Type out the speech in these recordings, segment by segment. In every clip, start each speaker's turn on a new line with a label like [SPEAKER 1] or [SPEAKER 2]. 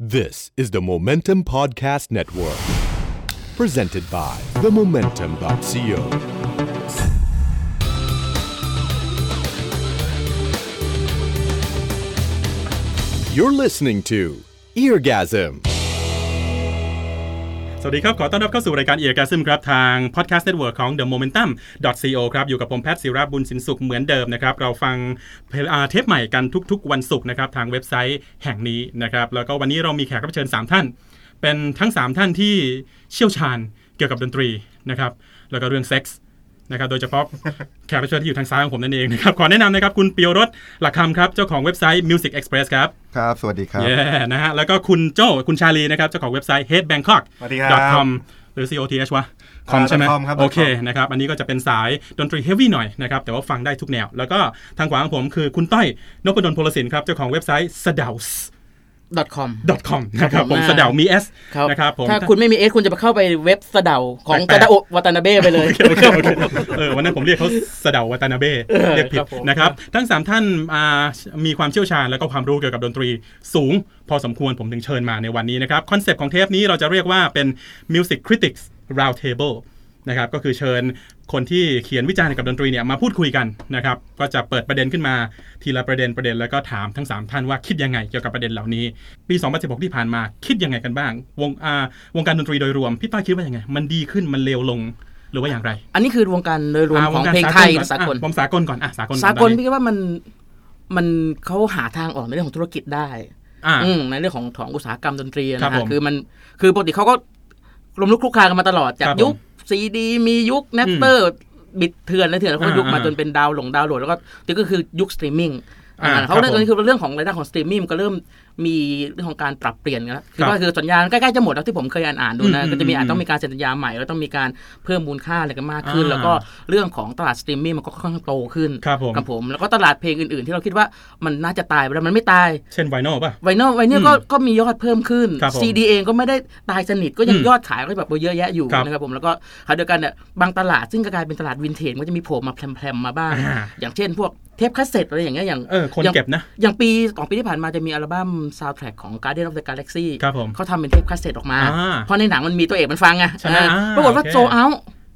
[SPEAKER 1] This is the Momentum Podcast Network, presented by themomentum.co. โ You're listening to Eargasm
[SPEAKER 2] สวัสดีครับ ขอต้อนรับเข้าสู่รายการเอียร์แกซึมครับ ทาง podcast network ของ The Momentum co ครับ อยู่กับผมแพทย์ศิราบุญสินสุขเหมือนเดิมนะครับ เราฟังเพลงอ่าเทปใหม่กันทุกๆ วันศุกร์นะครับ ทางเว็บไซต์แห่งนี้นะครับ แล้วก็วันนี้เรามีแขกรับเชิญ 3 ท่าน เป็นทั้ง 3 ท่านที่เชี่ยวชาญเกี่ยวกับดนตรีนะครับ แล้วก็เรื่องเซ็กส์นะครับ โดยเฉพาะ แขกรับเชิญที่อยู่ทางซ้ายของผมนั่นเองนะครับ ขอแนะนำนะครับคุณปิยรสหลักคำครับ เจ้าของเว็บไซต์ Music Express ครับ
[SPEAKER 3] ครับ สวัสดีครับ
[SPEAKER 2] เย้นะฮะ แล้วก็คุณโจ้คุณชาลีนะครับ เจ้าของเว็บไซต์ headbangkok
[SPEAKER 3] สวัสดีครับ
[SPEAKER 2] .com หรือ coth วะ com ใช่ไหม
[SPEAKER 3] .com ครับ
[SPEAKER 2] โอเคนะครับ อันนี้ก็จะเป็นสายดนตรีเฮฟวี่หน่อยนะครับ แต่ว่าฟังได้ทุกแนว แล้วก็ทางขวาของผมคือคุณต้อยนพดลพลสินครับ เจ้าของเว็บไซต์ s d a u s
[SPEAKER 4] .com
[SPEAKER 2] .com นะครับ
[SPEAKER 4] ขอบ
[SPEAKER 2] ผ
[SPEAKER 4] คุ
[SPEAKER 2] ม
[SPEAKER 4] ณมาก
[SPEAKER 2] สดาวมี S
[SPEAKER 4] ครับ
[SPEAKER 2] นะครับผม
[SPEAKER 4] ถ้าคุณไม่มีเอสคุณจะไปเข้าไปเว็บสะเดาของ
[SPEAKER 2] แปล
[SPEAKER 4] ตาก
[SPEAKER 2] ๆ
[SPEAKER 4] ดาโอะวาตานาเบ้ไปเลย
[SPEAKER 2] โอเคโอเคเออวันนั้นผมเรียกเขาสะเดาววัตานาเบ้เรียกผิด
[SPEAKER 4] ครับผม
[SPEAKER 2] นะครับ ทั้ง 3 ท่านอ่ามีความเชี่ยวชาญแล้วก็ความรู้เกี่ยวกับดนตรีสูง พอสมควรผมถึงเชิญมาในวันนี้นะครับ คอนเซปต์ของเทปนี้เราจะเรียกว่าเป็น Music Critics Round Table นะครับก็คือเชิญคนที่เขียนวิจารณ์เกี่ยวกับดนตรีเนี่ยมาพูดคุยกันนะครับก็จะเปิดประเด็นขึ้นมาทีละประเด็นประเด็นแล้วก็ถามทั้ง 3 ท่านว่าคิดยังไงเกี่ยวกับประเด็นเหล่านี้ ปี2016ที่ผ่านมาคิดยังไงกันบ้าง วงอ่าวงการดนตรีโดยรวมพี่ต้อยคิดว่ายังไง มันดีขึ้นมันเลวลงหรือว่าอย่างไร
[SPEAKER 4] อันนี้คือวงการโดยรวม
[SPEAKER 2] อ่ะ
[SPEAKER 4] ของ
[SPEAKER 2] กา
[SPEAKER 4] เพลงไทยกับสากล
[SPEAKER 2] อ่ะผมสากลก่อนอ่ะสากลอน
[SPEAKER 4] สากล
[SPEAKER 2] ตอนนี้
[SPEAKER 4] พี่ก็ว่ามันมันเขาหาทางออกในเรื่องของธุรกิจได้
[SPEAKER 2] อ่ะ
[SPEAKER 4] อืมในเรื่องของของอุตสาหกรรมดนตรี
[SPEAKER 2] ครั
[SPEAKER 4] นะ
[SPEAKER 2] บผ
[SPEAKER 4] ฮะ
[SPEAKER 2] ม
[SPEAKER 4] คือมันคือปกติเขาก็ลมลุกคลุกคลานกันมาตลอด จาก
[SPEAKER 2] ครับผม
[SPEAKER 4] ยุคซีดีมียุคเนปเตอร์บิดเถื่อนและเถื่อนเขาก็ยุคมา
[SPEAKER 2] อ่า
[SPEAKER 4] จนเป็นดาวน์หลงดาวน์โหลดแล้วก็นี่ก็คือยุคสตรีมมิ่ง
[SPEAKER 2] อ่า
[SPEAKER 4] อ่าเขา
[SPEAKER 2] ครับ
[SPEAKER 4] เรื่อง
[SPEAKER 2] ผม
[SPEAKER 4] นี้คือเรื่องของรายได้ของสตรีมมิ่งก็เริ่มมีเรื่องของการปรับเปลี่ยนกันแล้ว
[SPEAKER 2] ค
[SPEAKER 4] คื
[SPEAKER 2] รั
[SPEAKER 4] อบ ว่าคือสัญญาณใกล้ๆจะหมดแล้วที่ผมเคยอ่านอ่านๆดูนะ
[SPEAKER 2] อืม
[SPEAKER 4] ก็จะมีอาจ
[SPEAKER 2] อืม
[SPEAKER 4] ต้องมีการเซ็นสัญญาใหม่แล้วต้องมีการเพิ่มมูลค่าอะไรกันมากขึ้น
[SPEAKER 2] อ่า
[SPEAKER 4] แล้วก็เรื่องของตลาดสตรีมมิ่งมันก็ค่อนข้างโตขึ้น
[SPEAKER 2] ครับผม
[SPEAKER 4] ครับผมแล้วก็ตลาดเพลงอื่นๆ ที่เราคิดว่ามันน่าจะตายไปแล้วมันไม่ตาย
[SPEAKER 2] เช่นไวโนป่ะ
[SPEAKER 4] ไวเนอลไวเนอลก็ก็มียอดเพิ่มขึ้น
[SPEAKER 2] ครับผม
[SPEAKER 4] CD เองก็ไม่ได้ตายสนิทก็ยัง
[SPEAKER 2] อืม
[SPEAKER 4] ยอดขายก็แบบเยอะแยะอยู่
[SPEAKER 2] ครับ
[SPEAKER 4] นะครับผมแล้วก็ขณะเดียวกันเนี่ยบางตลาดซึ่งก็กลายเป็นตลาดวินเทจมันก็จะมีโผล่มาแพรมๆมาบ้าง
[SPEAKER 2] อ่า
[SPEAKER 4] อย่างเช่นพวกเทปคาสเซ็ตอะไรอย่างเงี้ยอย่าง
[SPEAKER 2] เออ คน
[SPEAKER 4] ยัง
[SPEAKER 2] เก็บนะ
[SPEAKER 4] อย่างปีสองปีที่ผ่านมาจะมีอัลบั้มซาวด์แทร็กของ Guardian of the Galaxy
[SPEAKER 2] ครับผม
[SPEAKER 4] เขาทำเป็นเทปคาสเซ็ตออกมา
[SPEAKER 2] อ่า
[SPEAKER 4] เพราะในหนังมันมีตัวเอกมันฟังไง
[SPEAKER 2] ใช่ไหม
[SPEAKER 4] เออ
[SPEAKER 2] อ่า
[SPEAKER 4] ปรากฏว่า
[SPEAKER 2] โอเค
[SPEAKER 4] โซเอา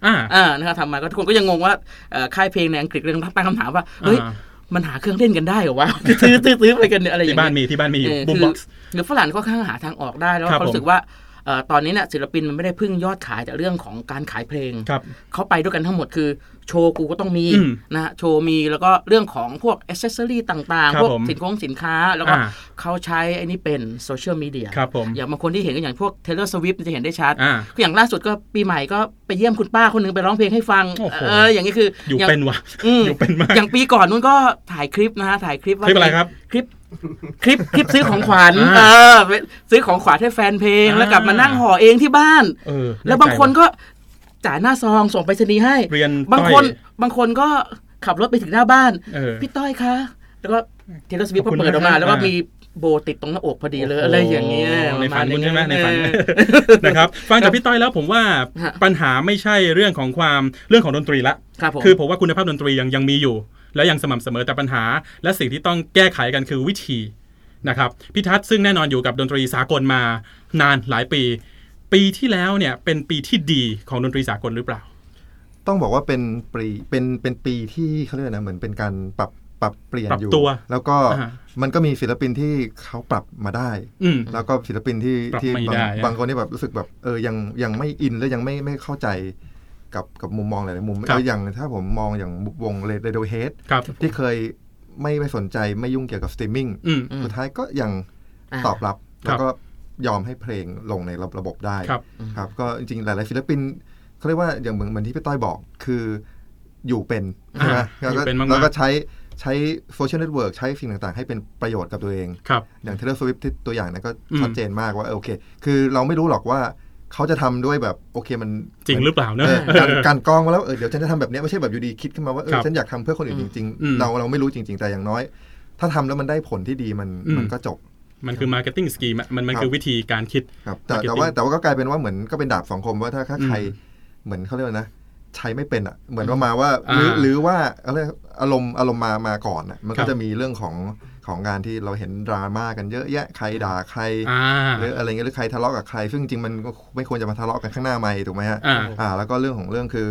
[SPEAKER 2] อ่า
[SPEAKER 4] อ่านะครับทำมาก็ทุกคนก็ยังงงว่าเอ่อค่ายเพลงในอังกฤษเลยต้องตั้งคำถามว่าเฮ้ย
[SPEAKER 2] อ่า
[SPEAKER 4] มันหาเครื่องเล่นกันได้เหรอวะ ซื้อซื้อซื้อไปกันเนี่ยอะไรอย่า
[SPEAKER 2] ที่
[SPEAKER 4] งเงี้ย
[SPEAKER 2] บ้านมีที่บ้านมีอยู่
[SPEAKER 4] เออ
[SPEAKER 2] บูม
[SPEAKER 4] คื
[SPEAKER 2] บ็อกซ์
[SPEAKER 4] หรือฝรั่งก็ข้างหาทางออกได้แล้ว
[SPEAKER 2] ครับผม
[SPEAKER 4] เขารู้สึกว่าเอ่อตอนนี้เนี่ยศิลปินมันไม่ได้พึ่งยอดขายแต่เรื่องของการขายเพลง
[SPEAKER 2] ครับ
[SPEAKER 4] เขาไปด้วยกันทั้งหมดคือโชว์กูก็ต้องมี
[SPEAKER 2] อืม
[SPEAKER 4] นะฮะโชว์มีแล้วก็เรื่องของพวกอ c เซสซอรี่ต่าง
[SPEAKER 2] ครับ
[SPEAKER 4] ๆพวก
[SPEAKER 2] ผม
[SPEAKER 4] สินคงสินค้า แล้วก็
[SPEAKER 2] อ่า
[SPEAKER 4] เขาใช้ไอ้นี่เป็นโซเชียลมีเดีย
[SPEAKER 2] ครับผม
[SPEAKER 4] อย่างบางคนที่เห็นก็อย่างพวก Taylor Swift จะเห็นได้ชัด
[SPEAKER 2] อ่า
[SPEAKER 4] คืออย่างล่าสุดก็ปีใหม่ก็ไปเยี่ยมคุณป้าคนหนึงไปร้องเพลงให้ฟัง
[SPEAKER 2] โอ้โห
[SPEAKER 4] เอออย่างนี้คือ
[SPEAKER 2] อ
[SPEAKER 4] อ
[SPEAKER 2] ยู่เป็นว่ะ
[SPEAKER 4] อืม
[SPEAKER 2] อยู่เป็นมาก
[SPEAKER 4] อย่างปีก่อนนู้นก็ถ่ายคลิปนะฮะถ่ายคลิปว่า
[SPEAKER 2] คลิปอะไรครับ
[SPEAKER 4] คลิปคลิปคลิปซื้อของขวัญ
[SPEAKER 2] อ่า
[SPEAKER 4] เออเป็นซื้อของขวัญให้แฟนเพลง
[SPEAKER 2] อ่า
[SPEAKER 4] แล้วกลับมานั่งห่อเองที่บ้าน
[SPEAKER 2] เออ
[SPEAKER 4] แล้วบางคนก็จ่ายหน้าซองส่งไปชนีย์ให้
[SPEAKER 2] เรียน
[SPEAKER 4] บาง
[SPEAKER 2] ต้อย
[SPEAKER 4] คนบางคนก็ขับรถไปถึงหน้าบ้าน
[SPEAKER 2] เออ
[SPEAKER 4] พี่ต้อยคะแล้วก็เทเลสวิป
[SPEAKER 2] ขอบ
[SPEAKER 4] ก็
[SPEAKER 2] คุณ
[SPEAKER 4] เปิดออก
[SPEAKER 2] มา
[SPEAKER 4] มา
[SPEAKER 2] ก
[SPEAKER 4] แล้วก็
[SPEAKER 2] อ่ามี
[SPEAKER 4] มีโบติดตรงหน้าอกพอดีเลยอะไรอย่างเงี้ย
[SPEAKER 2] โอ้โหใน
[SPEAKER 4] ประ
[SPEAKER 2] ฝั
[SPEAKER 4] มาณ
[SPEAKER 2] นคุณ
[SPEAKER 4] เย
[SPEAKER 2] ใช่ไหมในฝัน
[SPEAKER 4] เออ
[SPEAKER 2] นะครับ ฟังจากพี่ต้อยแล้วผมว่า
[SPEAKER 4] ฮะ
[SPEAKER 2] ปัญหาไม่ใช่เรื่องของความเรื่องของดนตรีละ
[SPEAKER 4] ครับผม
[SPEAKER 2] คือผมว่าคุณภาพดนตรียังยังมีอยู่ และยังสม่ำเสมอแต่ปัญหา และสิ่งที่ต้องแก้ไขกันคือวิธีนะครับพี่ทัศน์ซึ่งแน่นอนอยู่กับดนตรีสากลมานานหลายปี ปีที่แล้วเนี่ยเป็นปีที่ดีของดนตรีสากลหรือเปล่า
[SPEAKER 3] ต้องบอกว่าเป็นปีเป็นเป็นปีที่เขาเรียกอะไรนะเหมือนเป็นการปรับปรับเปลี่ยน
[SPEAKER 2] ปรับ
[SPEAKER 3] อยู่
[SPEAKER 2] ตัว
[SPEAKER 3] แล้วก็
[SPEAKER 2] อ่าฮะ
[SPEAKER 3] มันก็มีศิลปินที่เขาปรับมาได้
[SPEAKER 2] อืม
[SPEAKER 3] แล้วก็ศิลปินที่
[SPEAKER 2] ปรับ
[SPEAKER 3] ที่
[SPEAKER 2] ไม่
[SPEAKER 3] บา
[SPEAKER 2] ได้
[SPEAKER 3] ง
[SPEAKER 2] อะ
[SPEAKER 3] บางคนที่แบบรู้สึกแบบเออยังยังไม่อินและยังไม่ไม่เข้าใจกับกับมุมมองหลายๆมุม
[SPEAKER 2] ครับ
[SPEAKER 3] แล้วอย่างถ้าผมมองอย่างวงเรดโดเฮด
[SPEAKER 2] ครับ
[SPEAKER 3] ที่เคยไม่ไม่สนใจไม่ยุ่งเกี่ยวกับสตรีมมิ่ง
[SPEAKER 2] อืม
[SPEAKER 3] สุดท้ายก็ยัง
[SPEAKER 4] า
[SPEAKER 3] ตอบรับ
[SPEAKER 2] ครั
[SPEAKER 3] แล้ว
[SPEAKER 2] บ
[SPEAKER 3] ก็ยอมให้เพลงลงในระบบได้
[SPEAKER 2] ครับ
[SPEAKER 3] ครับก็จริงๆ หลายๆศิลปินเขาเรียกว่าอย่างเหมือนเหมือนที่พี่ต้อยบอกคืออยู่เป็นใช่ไหม
[SPEAKER 2] อ่า
[SPEAKER 3] แล้ว
[SPEAKER 2] อยู่
[SPEAKER 3] ก็
[SPEAKER 2] เป็นมากๆ
[SPEAKER 3] แล้วก็ใช้ใช้โซเชียลเน็ตเวิร์กใช้สิ่งต่างๆ ให้เป็นประโยชน์กับตัวเอง
[SPEAKER 2] ครับ
[SPEAKER 3] อย่างเทเลสวิฟที่ตัวอย่างนั้นก็
[SPEAKER 2] อืม
[SPEAKER 3] ชัดเจนมากว่าเออโอเค คือเราไม่รู้หรอกว่าเขาจะทำด้วยแบบโอเคมัน
[SPEAKER 2] จริงหรือเปล่าเน
[SPEAKER 3] เอ
[SPEAKER 2] อะ
[SPEAKER 3] อการการกรองมาแล้วเออเดี๋ยวฉันจะทำแบบเนี้ยไม่ใช่แบบอยู่ดีคิดขึ้นมาว่าเอ
[SPEAKER 2] ค
[SPEAKER 3] อ
[SPEAKER 2] รับ
[SPEAKER 3] ฉันอยากทำเพื่อคนอื่นจริง
[SPEAKER 2] อืม
[SPEAKER 3] ๆ เราเราไม่รู้จริง ๆ แต่อย่างน้อย ถ้าทำแล้วมันได้ผลที่ดีมัน
[SPEAKER 2] อืม
[SPEAKER 3] มันก็จบ
[SPEAKER 2] มันคือ marketing scheme อะมันมันคือวิธีการคิด
[SPEAKER 3] ครับแต่
[SPEAKER 2] Marketing
[SPEAKER 3] แต่ว่าแต่ว่าก็กลายเป็นว่าเหมือนก็เป็นดาบสองคมว่าถ้าถ้าใคร
[SPEAKER 2] อืม
[SPEAKER 3] เหมือนเขาเรียกว่านะ ใช้ไม่เป็นอ่ะ เหมือนว่ามาว่า
[SPEAKER 2] อ่า
[SPEAKER 3] หรือหรือว่าอะไรยกอารมณ์อารมณ์มามาก่อนอ่ะมัน
[SPEAKER 2] ครั
[SPEAKER 3] ก็
[SPEAKER 2] บ
[SPEAKER 3] จะมีเรื่องของ ของงานที่เราเห็นดราม่ากันเยอะแยะใครด่าใคร
[SPEAKER 2] อ่า
[SPEAKER 3] หรืออะไรเงี้ยหรือใครทะเลาะกับใคร ซึ่งจริงมันก็ไม่ควรจะมาทะเลาะกันข้างหน้าไม่ถูกไหมฮะ
[SPEAKER 2] อ่า
[SPEAKER 3] อ่า แล้วก็เรื่องของเรื่องคือ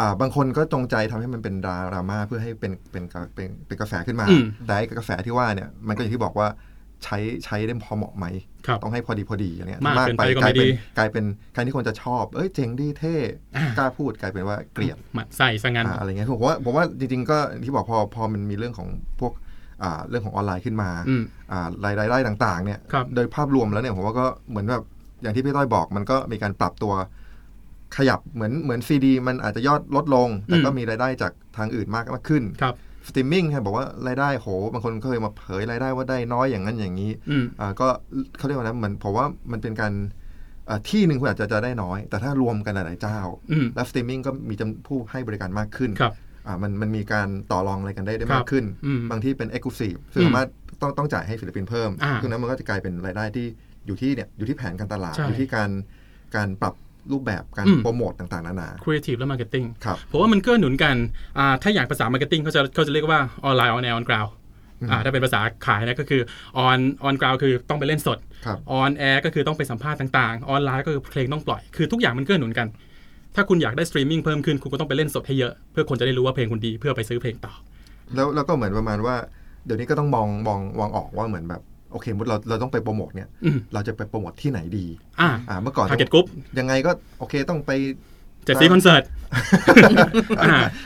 [SPEAKER 3] อ่าบางคนก็จงใจทำให้มันเป็นดราม่าเพื่อให้เป็นเป็นกระเป็นเป็นกระแสขึ้นมา
[SPEAKER 2] อืม
[SPEAKER 3] แต่ไอ้กระแสที่ว่าเนี่ยมันก็อย่างที่บอกว่าใช้ใช้ได้พอเหมาะไหม
[SPEAKER 2] ครับ
[SPEAKER 3] ต้องให้พอดีพอดีอย่างเงี้ย
[SPEAKER 2] มากเกินไปก็
[SPEAKER 3] ก
[SPEAKER 2] ไม่
[SPEAKER 3] ลายเป็
[SPEAKER 2] ดี
[SPEAKER 3] นกลายเป็นการที่คนจะชอบ เอ้ยเจ๋งดีเท่
[SPEAKER 2] อ่า
[SPEAKER 3] กล้าพูดกลายเป็นว่าเกลียด
[SPEAKER 2] หมัดใส่ซะงั้น
[SPEAKER 3] อ่าอะไรเงี้ยผมว่าผมว่าจริงๆก็ที่บอกพอพอมันมีเรื่องของพวกอ่าเรื่องของออนไลน์ขึ้นมา
[SPEAKER 2] อืม
[SPEAKER 3] อ่ารายรายได้ต่างๆเนี่ย
[SPEAKER 2] ครับ
[SPEAKER 3] โดยภาพรวมแล้วเนี่ยผมว่าก็เหมือนแบบอย่างที่พี่ต้อยบอกมันก็มีการปรับตัวขยับเหมือนเหมือนซีดีมันอาจจะยอดลดลง แต่ก็
[SPEAKER 2] อืม
[SPEAKER 3] มีรายได้จากทางอื่นมากมากขึ้น
[SPEAKER 2] ครับ
[SPEAKER 3] สตรีมมิ่งครับบอกว่ารายได้โหบางคนเคยมาเผยรายได้ว่าได้น้อยอย่างนั้นอย่างนี้
[SPEAKER 2] อืม
[SPEAKER 3] อ่าก็เขาเรียกว่าอะไรเหมือนผมว่ามันเป็นการอ่าที่หนึ่งคุณอาจจะจะได้น้อย แต่ถ้ารวมกันหลายๆเจ้า
[SPEAKER 2] อืม
[SPEAKER 3] แล้วสตรีมมิ่งก็มีจำผู้ให้บริการมากขึ้น
[SPEAKER 2] ครับ
[SPEAKER 3] อ่ามันมันมีการต่อรองอะไรกันได้ได้
[SPEAKER 2] ครั
[SPEAKER 3] มา
[SPEAKER 2] บ
[SPEAKER 3] กขึ้น
[SPEAKER 2] อืม
[SPEAKER 3] บางที่เป็นเอ็กซ์คลูซีฟซึ่ง
[SPEAKER 2] อืม
[SPEAKER 3] สามารถต้องต้องจ่ายให้ศิลปินเพิ่ม
[SPEAKER 2] อ่า
[SPEAKER 3] ซึ่งนั้นมันก็จะกลายเป็นรายได้ที่อยู่ที่เนี่ยอยู่ที่แผนการตลาด
[SPEAKER 2] ใช่
[SPEAKER 3] อยู่ที่การการปรับรูปแบบการ
[SPEAKER 2] อืม
[SPEAKER 3] โปรโมทต่างๆนานา
[SPEAKER 2] Creative และ Marketing
[SPEAKER 3] ครับ
[SPEAKER 2] ผมว่ามันเกื้อหนุนกันอ่าถ้าอย่างภาษา Marketing เขาจะเขาจะเรียกว่า Online on air on ground อ่าถ้าเป็นภาษาขายนะก็คือ on on ground คือต้องไปเล่นสด
[SPEAKER 3] ครับ
[SPEAKER 2] on air ก็คือต้องไปสัมภาษณ์ต่างๆ ออนไลน์ก็คือเพลงต้องปล่อย คือทุกอย่างมันเกื้อหนุนกัน ถ้าคุณอยากได้สตรีมมิ่งเพิ่มขึ้น คุณก็ต้องไปเล่นสดให้เยอะ เพื่อคนจะได้รู้ว่าเพลงคุณดีเพื่อไปซื้อเพลงต่อ
[SPEAKER 3] แล้วแล้วก็เหมือนประมาณว่าเดี๋ยวนี้ก็ต้องมองมองมองออกว่าเหมือนแบบโอเคมุดเราเราต้องไปโปรโมทเนี่ย
[SPEAKER 2] อืม
[SPEAKER 3] เราจะไปโปรโมทที่ไหนดี
[SPEAKER 2] อ่า
[SPEAKER 3] อ่าเมื่อก่อน
[SPEAKER 2] target group
[SPEAKER 3] ยังไงก็โอเคต้องไป
[SPEAKER 2] เจ็ดซีคอนเสิ ร์ต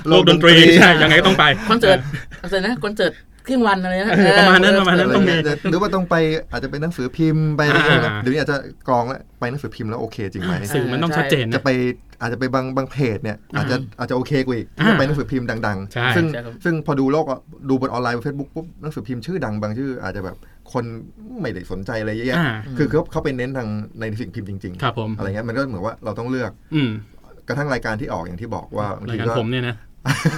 [SPEAKER 2] โล
[SPEAKER 3] โล
[SPEAKER 2] ก
[SPEAKER 3] ก
[SPEAKER 2] ด
[SPEAKER 3] ด
[SPEAKER 2] น
[SPEAKER 3] น
[SPEAKER 2] ต
[SPEAKER 3] ตรี
[SPEAKER 2] รีใช่ยังไงก็ต้องไป
[SPEAKER 4] คอนเสิร์ตอะไรนะคอนเสิร์ตเครื่องวันอะไรนะ
[SPEAKER 2] เออประมาณนั้นประมาณนั้น
[SPEAKER 3] อะไร
[SPEAKER 2] ต้องมี
[SPEAKER 3] เงี้ยหรือว่าต้องไปอาจจะเป็นหนังสือพิมพ์ไปอะไรเงี้ย
[SPEAKER 2] อ่า
[SPEAKER 3] เดี๋ยวนี้อาจจะกรองแล้วไปหนังสือพิมพ์แล้วโอเคจริงไหม
[SPEAKER 2] สื่อมันต้องชัดเจน
[SPEAKER 3] จะ
[SPEAKER 2] นะ
[SPEAKER 3] ไปอาจจะไปบางบางเพจเนี่ยอาจจะอาจจะโอเคกว่าอีก
[SPEAKER 2] อ่า
[SPEAKER 3] ไปหนังสือพิมพ์ดัง
[SPEAKER 2] ใช่
[SPEAKER 3] ๆ ซึ่ง
[SPEAKER 4] ใช่ครับ
[SPEAKER 3] ซึ่งพอดูโลกอะดูบนออนไลน์บนเฟซบุ๊กปุ๊บหนังสือพิมพ์ชื่อดังบางชื่อ อาจจะแบบคนไม่ได้สนใจอะไรเยอะแยะ
[SPEAKER 2] อ่า
[SPEAKER 3] คือเขาเขาไปเน้นทางในสิ่งพิมพ์จริง
[SPEAKER 2] ครับผม
[SPEAKER 3] อะไรเงี้ยมันก็เหมือนว่าเราต้องเลือก
[SPEAKER 2] อืม
[SPEAKER 3] กระทั่งรายการที่ออกอย่างที่บอกว่าง
[SPEAKER 2] ราย
[SPEAKER 3] ที
[SPEAKER 2] การ
[SPEAKER 3] ก็
[SPEAKER 2] ผม เนี่ยนะ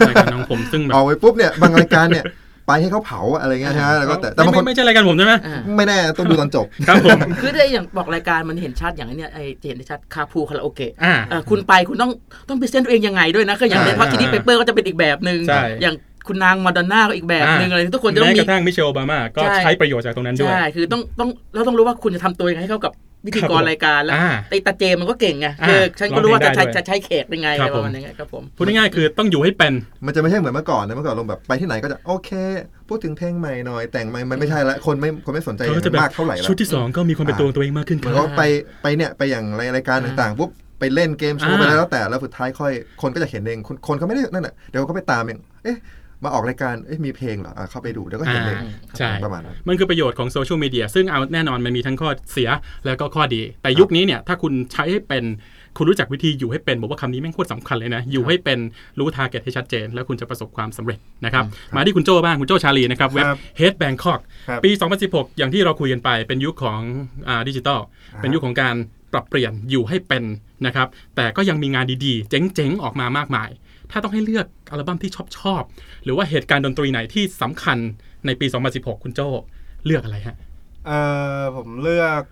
[SPEAKER 2] รายการน้องผมซึ่งแบบ
[SPEAKER 3] ออกไปปุ๊บเนี่ยบางรายการเนี่ยไปให้เขาเผาอะไรเงี้ยนะแล้วก็แต่แต่บางค
[SPEAKER 2] ไม่
[SPEAKER 3] น
[SPEAKER 2] ไม่ใช่รายการผมใช่ไหม
[SPEAKER 4] อ่า
[SPEAKER 3] ไม่แน่ต้องดูตอนจบ
[SPEAKER 2] ครับผม
[SPEAKER 4] คือได้อย่างบอกรายการมันเห็นชัดอย่างไอ้เนี่ยไอ้จะเห็นได้ชัดคาพูคาราโอเกะ
[SPEAKER 2] อ่า
[SPEAKER 4] เอ่อคุณไปคุณต้องต้องพรีเซนต์ตัวเองยังไงด้วยนะก็อย่าง
[SPEAKER 3] ใช่
[SPEAKER 4] ในพักที่นี่เปเปอร์ก็จะเป็นอีกแบบหนึ่ง
[SPEAKER 2] ใช่
[SPEAKER 4] อย่างคุณนางมาดอนน่าก็อีกแบบหนึ่งอะไรทุกคนจะต้อ
[SPEAKER 2] แม้
[SPEAKER 4] งมี
[SPEAKER 2] กระทั่งมิเชลโอบามาก็
[SPEAKER 4] ใช่
[SPEAKER 2] ใช้ประโยชน์จากตรงนั้นด้วย
[SPEAKER 4] ใช่ คือต้องต้องเราต้องรู้ว่าคุณจะทำตัวยังไงให้เข้ากับพิธีกร
[SPEAKER 2] ครับผม
[SPEAKER 4] รายการแล้ว
[SPEAKER 2] อ่า
[SPEAKER 4] ไอ้ตาเจมันก็เก่งไง
[SPEAKER 2] อ่า
[SPEAKER 4] คือฉันก็รู้ว่าจะใช้
[SPEAKER 2] ร้องเพลงได้ด้วย
[SPEAKER 4] จะใช้เขตยังไง
[SPEAKER 2] ครับ
[SPEAKER 4] อะไรประมาณ
[SPEAKER 2] ผม
[SPEAKER 4] นี้ไงครับผม
[SPEAKER 2] พูดง่ายๆคือต้องอยู่ให้เป็น
[SPEAKER 3] มันจะไม่ใช่เหมือนเมื่อก่อนนะเมื่อก่อนลงแบบไปที่ไหนก็จะโอเค พูดถึงเพลงใหม่หน่อยแต่งใหม่มันไม่ใช่ละคนไม่คนไม่สนใจ
[SPEAKER 2] เขาก็จะแบบ
[SPEAKER 3] มากเท่าไหร่ละ
[SPEAKER 2] ชุดที่สองก็มีความเป็นตัวของตัวเองมากขึ้นค
[SPEAKER 3] เหมื
[SPEAKER 2] รั
[SPEAKER 3] อบ นก็ไปไปเนี่ยไปอย่างรายรายการต่างๆปุ๊บไปเล่นเกมโชว์
[SPEAKER 2] อ่า
[SPEAKER 3] ไปแล้วแต่แล้วสุดท้ายค่อยคนก็จะเห็นเองคนคนเขาไม่ได้นั่นแหละเดี๋ยวก็ไปตามเองเอ๊ะมาออกรายการเอ๊ะมีเพลงเหรออ่ะเข้าไปดูเดี๋ยวก็เห็นเอง
[SPEAKER 2] อ่าใช่
[SPEAKER 3] ประมาณนั้น
[SPEAKER 2] มันคือประโยชน์ของโซเชียลมีเดียซึ่งเอาแน่นอนมันมีทั้งข้อเสียแล้วก็ข้อดี แต่ยุคนี้เนี่ย ถ้าคุณใช้ให้เป็น คุณรู้จักวิธีอยู่ให้เป็น บอกว่าคำนี้แม่งโคตรสำคัญเลยนะ อยู่ให้เป็นรู้ทาร์เก็ตให้ชัดเจน แล้วคุณจะประสบความสำเร็จนะครับ มาที่คุณโจ้บ้าง คุณโจ้ชาลีนะครับ เว็บ
[SPEAKER 5] ครับ
[SPEAKER 2] Head Bangkok
[SPEAKER 5] ครับ
[SPEAKER 2] ปี 2016 อย่างที่เราคุยกันไปเป็นยุคของดิจิตอลเป็นยุคของการปรับเปลี่ยนอยู่ให้เป็นนะครับ แต่ก็ยังมีงานดีๆ เจ๋งๆ ออกมามากมาย ถ้าต้องให้เลือกอัลบั้มที่ชอบชอบๆหรือว่าเหตุการณ์ดนตรีไหนที่สำคัญในปี 2016 คุณโจ้เลือกอะไรฮ ะ
[SPEAKER 5] เอ่อผมเลือก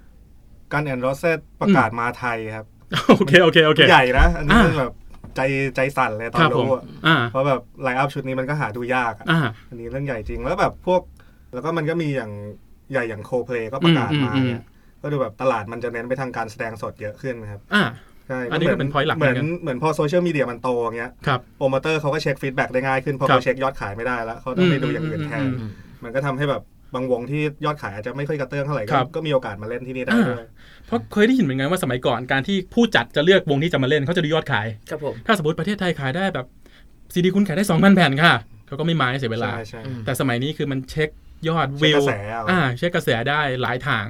[SPEAKER 5] กันแอนโรเซตประกาศมาไทยครับ
[SPEAKER 2] โอเค โอเค โอเค
[SPEAKER 5] ใหญ่นะ อันนี้
[SPEAKER 2] อ่า
[SPEAKER 5] มันแบบใจใจสั่นเลยตอ
[SPEAKER 2] คน รับผม
[SPEAKER 5] รู้อะ
[SPEAKER 2] อ่า
[SPEAKER 5] เพราะแบบไลน์อัพชุดนี้มันก็หาดูยากอะ
[SPEAKER 2] อ่า
[SPEAKER 5] อันนี้เรื่องใหญ่จริงแล้วแบบพวก แล้วก็มันก็มีอย่างใหญ่อย่างโคเพลก็ประกาศมา
[SPEAKER 2] อืมอืมอืม
[SPEAKER 5] เนี่ยก็ดูแบบตลาดมันจะเน้นไปทางการแสดงสดเยอะขึ้นครับ
[SPEAKER 2] อ่า
[SPEAKER 5] ใช่
[SPEAKER 2] อันนี้ก็เป็น point หลักเห
[SPEAKER 5] เห
[SPEAKER 2] มื
[SPEAKER 5] มื
[SPEAKER 2] อ
[SPEAKER 5] อน น
[SPEAKER 2] กัน
[SPEAKER 5] เหมือนพอโซเชียลมีเดียมันโตอย่างเงี้ย
[SPEAKER 2] ครับ
[SPEAKER 5] โปรโมเตอร์เขาก็เช็คฟีดแบ็กได้ง่ายขึ้นเพราะ
[SPEAKER 2] ครับ
[SPEAKER 5] เขาเช็คยอดขายไม่ได้แล้วเขาต้องไปดูอย่างอื่นแทน
[SPEAKER 2] อืมอืมอืม
[SPEAKER 5] มันก็ทำให้แบบบางวงที่ยอดขายอาจจะไม่ค่อยกระเตื้องเท่าไหร่
[SPEAKER 2] ค
[SPEAKER 5] ก็
[SPEAKER 2] รับ
[SPEAKER 5] ก็มีโอกาสมาเล่นที่นี่ได้
[SPEAKER 2] อ่า
[SPEAKER 5] ด้วย
[SPEAKER 2] เพราะเคยได้ยินเหมือนกันว่าสมัยก่อนการที่ผู้จัดจะเลือกวงที่จะมาเล่นเขาจะดูยอดขาย
[SPEAKER 4] ครับผม
[SPEAKER 2] ถ้าสมมติประเทศไทยขายได้แบบซีดีคุณขายได้ 2,000 แผ่นค่ะเขาก็ไม่มายเสียเวลา
[SPEAKER 5] ใช่ใช่
[SPEAKER 4] อืม
[SPEAKER 2] แต่สมัยนี้คือมันเช็คยอดวิ
[SPEAKER 5] เช็
[SPEAKER 2] ว
[SPEAKER 5] คกระแสเอา
[SPEAKER 2] อ่าเช็คกระแสได้หลายทาง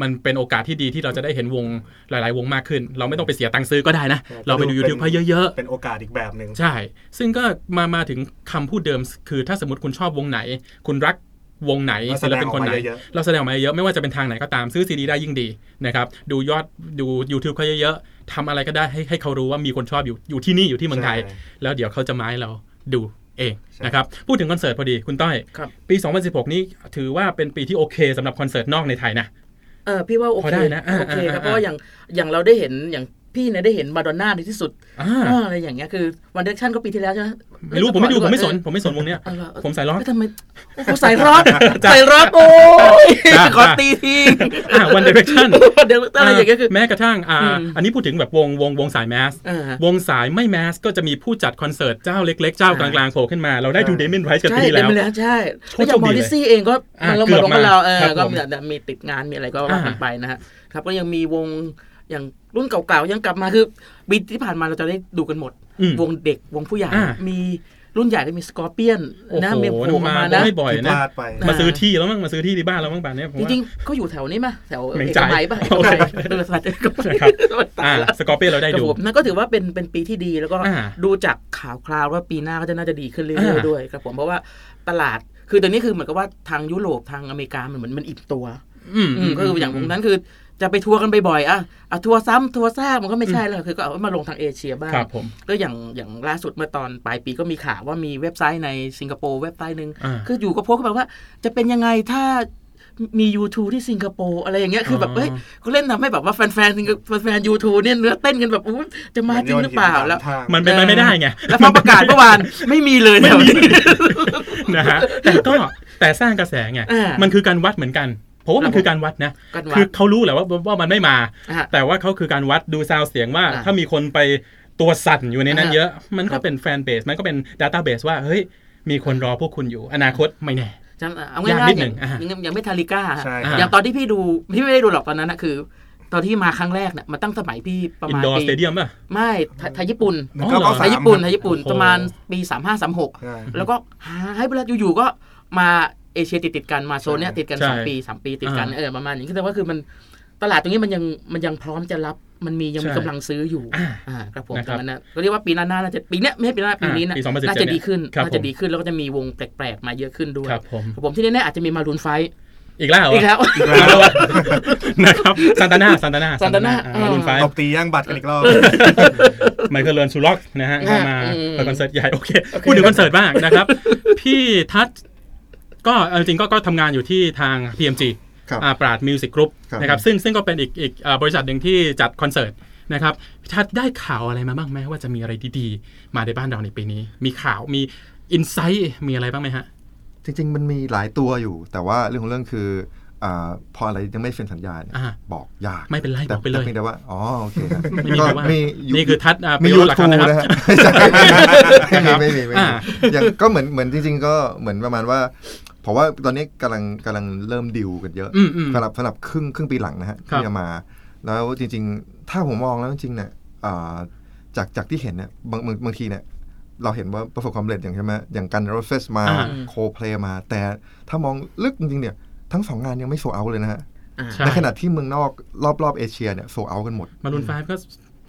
[SPEAKER 2] มันเป็นโอกาสที่ดีที่เราจะได้เห็นวงหลาย ๆ วงมากขึ้น เราไม่ต้องไปเสียตังค์ซื้อก็ได้นะ
[SPEAKER 5] ใช่
[SPEAKER 2] เราไปดู
[SPEAKER 5] ก็ดู
[SPEAKER 2] YouTube
[SPEAKER 5] เป็น
[SPEAKER 2] เขาเยอะ
[SPEAKER 5] เป็นโอกาสอีกแบบหนึ่ง
[SPEAKER 2] ๆ ใช่ ซึ่งก็มามาถึงคำพูดเดิม คือถ้าสมมติคุณชอบวงไหน คุณรักวงไหน
[SPEAKER 5] เราแส
[SPEAKER 2] ศิล
[SPEAKER 5] ดง
[SPEAKER 2] ปินคนไหน
[SPEAKER 5] ออกมาเยอะ
[SPEAKER 2] เราแสดงออกมาเยอะไม่ว่าจะเป็นทางไหนก็ตามซื้อซีดีได้ยิ่งดีนะครับดูยอดดู YouTube เขาเยอะๆทำอะไรก็ได้ให้ให้เขารู้ว่ามีคนชอบอยู่อยู่ที่นี่อยู่ที่เมืองไทย
[SPEAKER 5] ใช่
[SPEAKER 2] แล้วเดี๋ยวเขาจะมาให้เราดูเอง
[SPEAKER 5] ใช่
[SPEAKER 2] นะครับ พูดถึงคอนเสิร์ตพอดีคุณต้อย
[SPEAKER 4] ครับ
[SPEAKER 2] ปี 2016 นี้ถือว่าเป็นปีที่โอเคสำหรับคอนเสิร์ตนอกในไทยนะ
[SPEAKER 4] เออพี่ว่าโอ
[SPEAKER 2] พอ
[SPEAKER 4] เค
[SPEAKER 2] ได้นะอ่า
[SPEAKER 4] โอเคครั
[SPEAKER 2] อ่าอ่า
[SPEAKER 4] บเพราะว่าอย่างอย่างเราได้เห็นอย่าง พี่เนี่ยได้เห็นมาดอนน่าในที่สุด
[SPEAKER 2] อ่า
[SPEAKER 4] เอออะไรอย่างเงี้ยคือวันเด i ชั่นก็ปีที่แล้วใช่ไหม
[SPEAKER 2] ไม่รู้ผมไม่ดูผมไม่สนผมไม่สนวงเนี้ย
[SPEAKER 4] เอาละ
[SPEAKER 2] ผมใส่ร้อน
[SPEAKER 4] เอ้ยทำไมผมใส่ร็อก
[SPEAKER 2] จ้ะ
[SPEAKER 4] ใส่ร็อกโอ้ย
[SPEAKER 2] จ้ะ
[SPEAKER 4] ขอตีทิ้ง
[SPEAKER 2] อ่าวันเดเรคชั่น
[SPEAKER 4] วันเดอะไรอย่างเงี้ยคือ
[SPEAKER 2] แม้กระทั่งอ่า
[SPEAKER 4] อืม
[SPEAKER 2] อันนี้พูดถึงแบบวงวงวงสายแมส
[SPEAKER 4] เออ
[SPEAKER 2] วงสายไม่แมสก็จะมีผู้จัดคอนเสิร์ตเจ้าเล็กๆ เจ้ากลางๆโผล่ขึ้นมา เราได้ดูเดมินไรส์กัน
[SPEAKER 4] ใช่
[SPEAKER 2] ปีที่แล้ว
[SPEAKER 4] เต็มแล้วใช่
[SPEAKER 2] โคตร
[SPEAKER 4] แล้
[SPEAKER 2] โช
[SPEAKER 4] วอย่าง
[SPEAKER 2] ค
[SPEAKER 4] ม
[SPEAKER 2] ดี
[SPEAKER 4] อริสซี่เองก็
[SPEAKER 2] อ่ะ
[SPEAKER 4] เรา
[SPEAKER 2] เกื
[SPEAKER 4] มา
[SPEAKER 2] อบ
[SPEAKER 4] ลงกับ
[SPEAKER 2] มา
[SPEAKER 4] เราเออ
[SPEAKER 2] ครับ
[SPEAKER 4] ก็
[SPEAKER 2] ผม
[SPEAKER 4] เนี่ยมีติดงานมีอะไรก็ว่ากัน
[SPEAKER 2] อ่า
[SPEAKER 4] ไปนะฮะครับก็ยังมีวงอย่างรุ่นเก่าๆยังกลับมาคือปีที่ผ่านมาเราจะได้ดูกันหมด
[SPEAKER 2] อืม
[SPEAKER 4] วงเด็กวงผู้ใหญ่
[SPEAKER 2] อ่า
[SPEAKER 4] มีรุ่นใหญ่ได้มีสกอร์เปียน
[SPEAKER 2] โอ้
[SPEAKER 4] นะมี
[SPEAKER 2] โห
[SPEAKER 4] โผ
[SPEAKER 2] ดู
[SPEAKER 4] ล่
[SPEAKER 2] มา
[SPEAKER 4] มา
[SPEAKER 2] ดู
[SPEAKER 4] มานะ
[SPEAKER 2] ให้บ่อย
[SPEAKER 5] ที่พ
[SPEAKER 2] นะ
[SPEAKER 5] ลาดไป
[SPEAKER 4] นะ
[SPEAKER 2] มาซื้อที่แล้วมั้งมาซื้อที่ที่บ้านแล้วมั้งป่านเนี้ยผม
[SPEAKER 4] จ
[SPEAKER 2] ว่า
[SPEAKER 4] ริงๆเขาอยู่แถวนี้มาแถว
[SPEAKER 2] เหม่ง
[SPEAKER 4] เอ
[SPEAKER 2] จ่าก ย
[SPEAKER 4] มัยป่ะเอ
[SPEAKER 2] โอก เค
[SPEAKER 4] มัยเออสวัสดีครับ
[SPEAKER 2] ครับ อ่าสกอร์เปียเราได้
[SPEAKER 4] ครับ
[SPEAKER 2] ดู
[SPEAKER 4] ผมนั่นก็ถือว่าเป็นเป็นปีที่ดีแล้วก็
[SPEAKER 2] อ่า
[SPEAKER 4] ดูจากข่าวคราวว่าปีหน้าก็จะน่าจะดีขึ้นเรื่
[SPEAKER 2] อ่า
[SPEAKER 4] อยๆด้วยครับผมเพราะว่าตลาดคือตอนนี้คือเหมือนกับว่าทางยุโรปทางอเมริกามันเหมือนมันอิ่มตัว
[SPEAKER 2] อืม
[SPEAKER 4] อืมก็คืออย่างผมนั้นคือจะไปทัวร์กันบ่อยๆอ่ะอ่ะทัวร์ซ้ำทัวร์ซากมันก็ไม่ใช่แล้วคือก็เอามาลงทางเอเชียบ้าง
[SPEAKER 2] ครับผม
[SPEAKER 4] ก็อย่างอย่างล่าสุดเมื่อตอนปลายปีก็มีข่าวว่ามีเว็บไซต์ในสิงคโปร์เว็บไซต์หนึ่ง
[SPEAKER 2] อ่า
[SPEAKER 4] คืออยู่ก็โพสต์ขึ้นมาว่า จะเป็นยังไงถ้ามี YouTube ที่สิงคโปร์อะไรอย่างเงี้ยคือแบบ
[SPEAKER 2] อ๋อ
[SPEAKER 4] เฮ้ยก็เล่นทำให้แบบว่าแฟนๆสิงคโปร์แฟนยูทูเนี่ยเนื้อเต้นกันแบบอู้จะมาจริงหรือเปล่าแล้ว
[SPEAKER 2] มันเป็นไปไม่ได้ไง
[SPEAKER 4] แล้วพอประกาศเมื่อวาน ไม่มีเลย
[SPEAKER 2] ไม่มี
[SPEAKER 4] แถวนี้
[SPEAKER 2] นะฮะแต่ก็แต่สร้างกระแสไง
[SPEAKER 4] อ่ามั
[SPEAKER 2] มันคือการวัดเหมือนกันผมว่ามัน
[SPEAKER 4] ครับผม
[SPEAKER 2] คือการวัดนะ
[SPEAKER 4] กัน
[SPEAKER 2] คื
[SPEAKER 4] ว่า
[SPEAKER 2] อเขารู้แหละว่าว่ามันไม่มา แต่ว่าเขาคือการวัดดูซาวเสียงว่า
[SPEAKER 4] อ่ะ
[SPEAKER 2] ถ้ามีคนไปตัวสั่นอยู่ในนั้น
[SPEAKER 4] อ่ะ
[SPEAKER 2] เยอะ มันก็
[SPEAKER 4] ครับ
[SPEAKER 2] เป็นแฟนเบส มันก็เป็นดัตต้าเบสว่า เฮ้ย มีคนรอพวกคุณอยู่ อนาคตไม่แน่
[SPEAKER 4] จำเอาง่าย
[SPEAKER 2] ยากนิ
[SPEAKER 4] ๆ
[SPEAKER 2] ด
[SPEAKER 4] อ
[SPEAKER 2] หนึ่
[SPEAKER 4] ย่าง
[SPEAKER 2] งอ่ะ
[SPEAKER 4] ยังยังไม่ทาริก้า
[SPEAKER 5] ใช่
[SPEAKER 2] อ่า
[SPEAKER 4] อย่างตอนที่พี่ดูพี่ไม่ได้ดูหรอกตอนนั้นนะคือ ตอนที่มาครั้งแรกเนี่ยมันตั้งสมัยพี่ประ
[SPEAKER 2] อิน
[SPEAKER 4] มาณ
[SPEAKER 2] ดอร์
[SPEAKER 4] ปี
[SPEAKER 2] สเตเดียมป่ะ
[SPEAKER 4] ไม่ไทยไทยญี่ปุ่น
[SPEAKER 5] หนึ่งเก้าเก้า
[SPEAKER 2] อ๋อเหรอ
[SPEAKER 5] สา
[SPEAKER 4] ไท
[SPEAKER 5] ม
[SPEAKER 4] ยญี่ปุ่นไทยญี่ปุ่น
[SPEAKER 2] โอ้โห
[SPEAKER 4] ประมาณปีสามห้าสามหก
[SPEAKER 5] ใช่
[SPEAKER 4] แล้วก็หาให้เวลาอยู่ๆก็มาเอเชียติดติดๆกันมาโซนเนี้ย
[SPEAKER 5] ใช่
[SPEAKER 4] ติดกัน
[SPEAKER 2] ใช่
[SPEAKER 4] สองปีสามปีติดกัน
[SPEAKER 2] อ่า
[SPEAKER 4] เออประมาณนี้คือแต่ว่าคือมันตลาดตรงนี้มันยังมันยังพร้อมจะรับมันมียังมี
[SPEAKER 2] ใช่
[SPEAKER 4] กำลังซื้ออยู่
[SPEAKER 2] อ่า
[SPEAKER 4] อ่าครับผม
[SPEAKER 2] นะค
[SPEAKER 4] ต
[SPEAKER 2] รั
[SPEAKER 4] ร
[SPEAKER 2] บ
[SPEAKER 4] งนั้นนะก็เรียกว่าปีหน้าน่าจะปีเนี้ยไม่ใช่ปีหน้าปีนี้นะ
[SPEAKER 2] อ่าปี2017
[SPEAKER 4] น่าจะดีขึ้น
[SPEAKER 2] ครับ
[SPEAKER 4] น่าจะ
[SPEAKER 2] ผม
[SPEAKER 4] ดีขึ้นแล้วก็จะมีวงแปลกๆมาเยอะขึ้นด้วย
[SPEAKER 2] ครับผม
[SPEAKER 4] ครับผมที่แน่ๆอาจจะมีมารูนไฟ
[SPEAKER 2] อีกแล้วเหรอ
[SPEAKER 4] อีกแล้ว
[SPEAKER 2] อีกแล้วเหร อนะครับซานตาน่าซานตาน่า
[SPEAKER 4] Santana
[SPEAKER 2] อ่ารุ่นไฟ
[SPEAKER 5] ตบตีย่างบัตรกันอีกรอบ
[SPEAKER 2] ไมเคิลเลนซูล็อกนะฮะ
[SPEAKER 4] อ่ะ
[SPEAKER 2] เข้ามา
[SPEAKER 4] อืม
[SPEAKER 2] ไปคอนเสิร์ตใหญ่โอเคพูดถึงคอนเสิร์ตบ้างนะครับ พี่ทัศน์ก็เอาจริงๆก็ก็ทำงานอยู่ที่ทาง PMG
[SPEAKER 3] ครับ
[SPEAKER 2] อ่าปราดมิวสิกกรุ๊ป
[SPEAKER 3] ครับ
[SPEAKER 2] นะครับซึ่งซึ่งก็เป็นอีกอีกอ่าบริษัทหนึ่งที่จัดคอนเสิร์ตนะครับพี่ทัศน์ได้ข่าวอะไรมาบ้างไหมว่าจะมีอะไรดีๆ มาในบ้านเราในปีนี้ มีข่าวมีอินไซต์มีอะไรบ้างไหมฮะ
[SPEAKER 3] จริง ๆ มันมีหลายตัวอยู่ แต่ว่าเรื่องของเรื่องคืออาพออะไรยังไม่เซ็นสัญญาเนี่ย
[SPEAKER 2] อ่า
[SPEAKER 3] บอกยาก
[SPEAKER 2] ไม่เป็นไร
[SPEAKER 3] แต่
[SPEAKER 2] บอกไปเลย
[SPEAKER 3] แต่พียงแต่ว่าอ๋อโอเคครับ
[SPEAKER 2] ไม่มีใครว่า
[SPEAKER 3] ยู
[SPEAKER 2] นี่คือทัศน์อ่ะป
[SPEAKER 3] มี
[SPEAKER 2] ระโย
[SPEAKER 3] ยู
[SPEAKER 2] ชน์หลัก
[SPEAKER 3] ทู
[SPEAKER 2] ๆนะ
[SPEAKER 3] นะครับ ฮะไม่ใช่ไม่มีไม่มีไม่
[SPEAKER 2] อ่า
[SPEAKER 3] มีอย่างก็เหมือนเหมือนจริง ๆ ก็เหมือนประมาณว่าเพราะว่าตอนนี้กำลังกำลังเริ่มดิวกันเยอะ
[SPEAKER 2] อืมอืม
[SPEAKER 3] สำหรับสำหรับครึ่งครึ่งปีหลังนะฮะ
[SPEAKER 2] ครับ
[SPEAKER 3] ที่จะมา แล้วจริง ๆ ถ้าผมมองแล้วจริงๆเนี่ยอ่าจากจากที่เห็นเนี่ยบางบางบางทีเนี่ยเราเห็นว่าประสบความสำเร็จอย่างใช่ไหมอย่างกันโรเฟสมา
[SPEAKER 2] อ่า
[SPEAKER 3] โคเพลมา แต่ถ้ามองลึกจริงๆเนี่ยทั้งสองงานยังไม่โซเอาเลยนะฮะ
[SPEAKER 2] ใช่
[SPEAKER 3] ในขณะที่เมืองนอกรอบรอบเอเชียเนี่ยโซเอากันหมด
[SPEAKER 2] มารุนไฟก็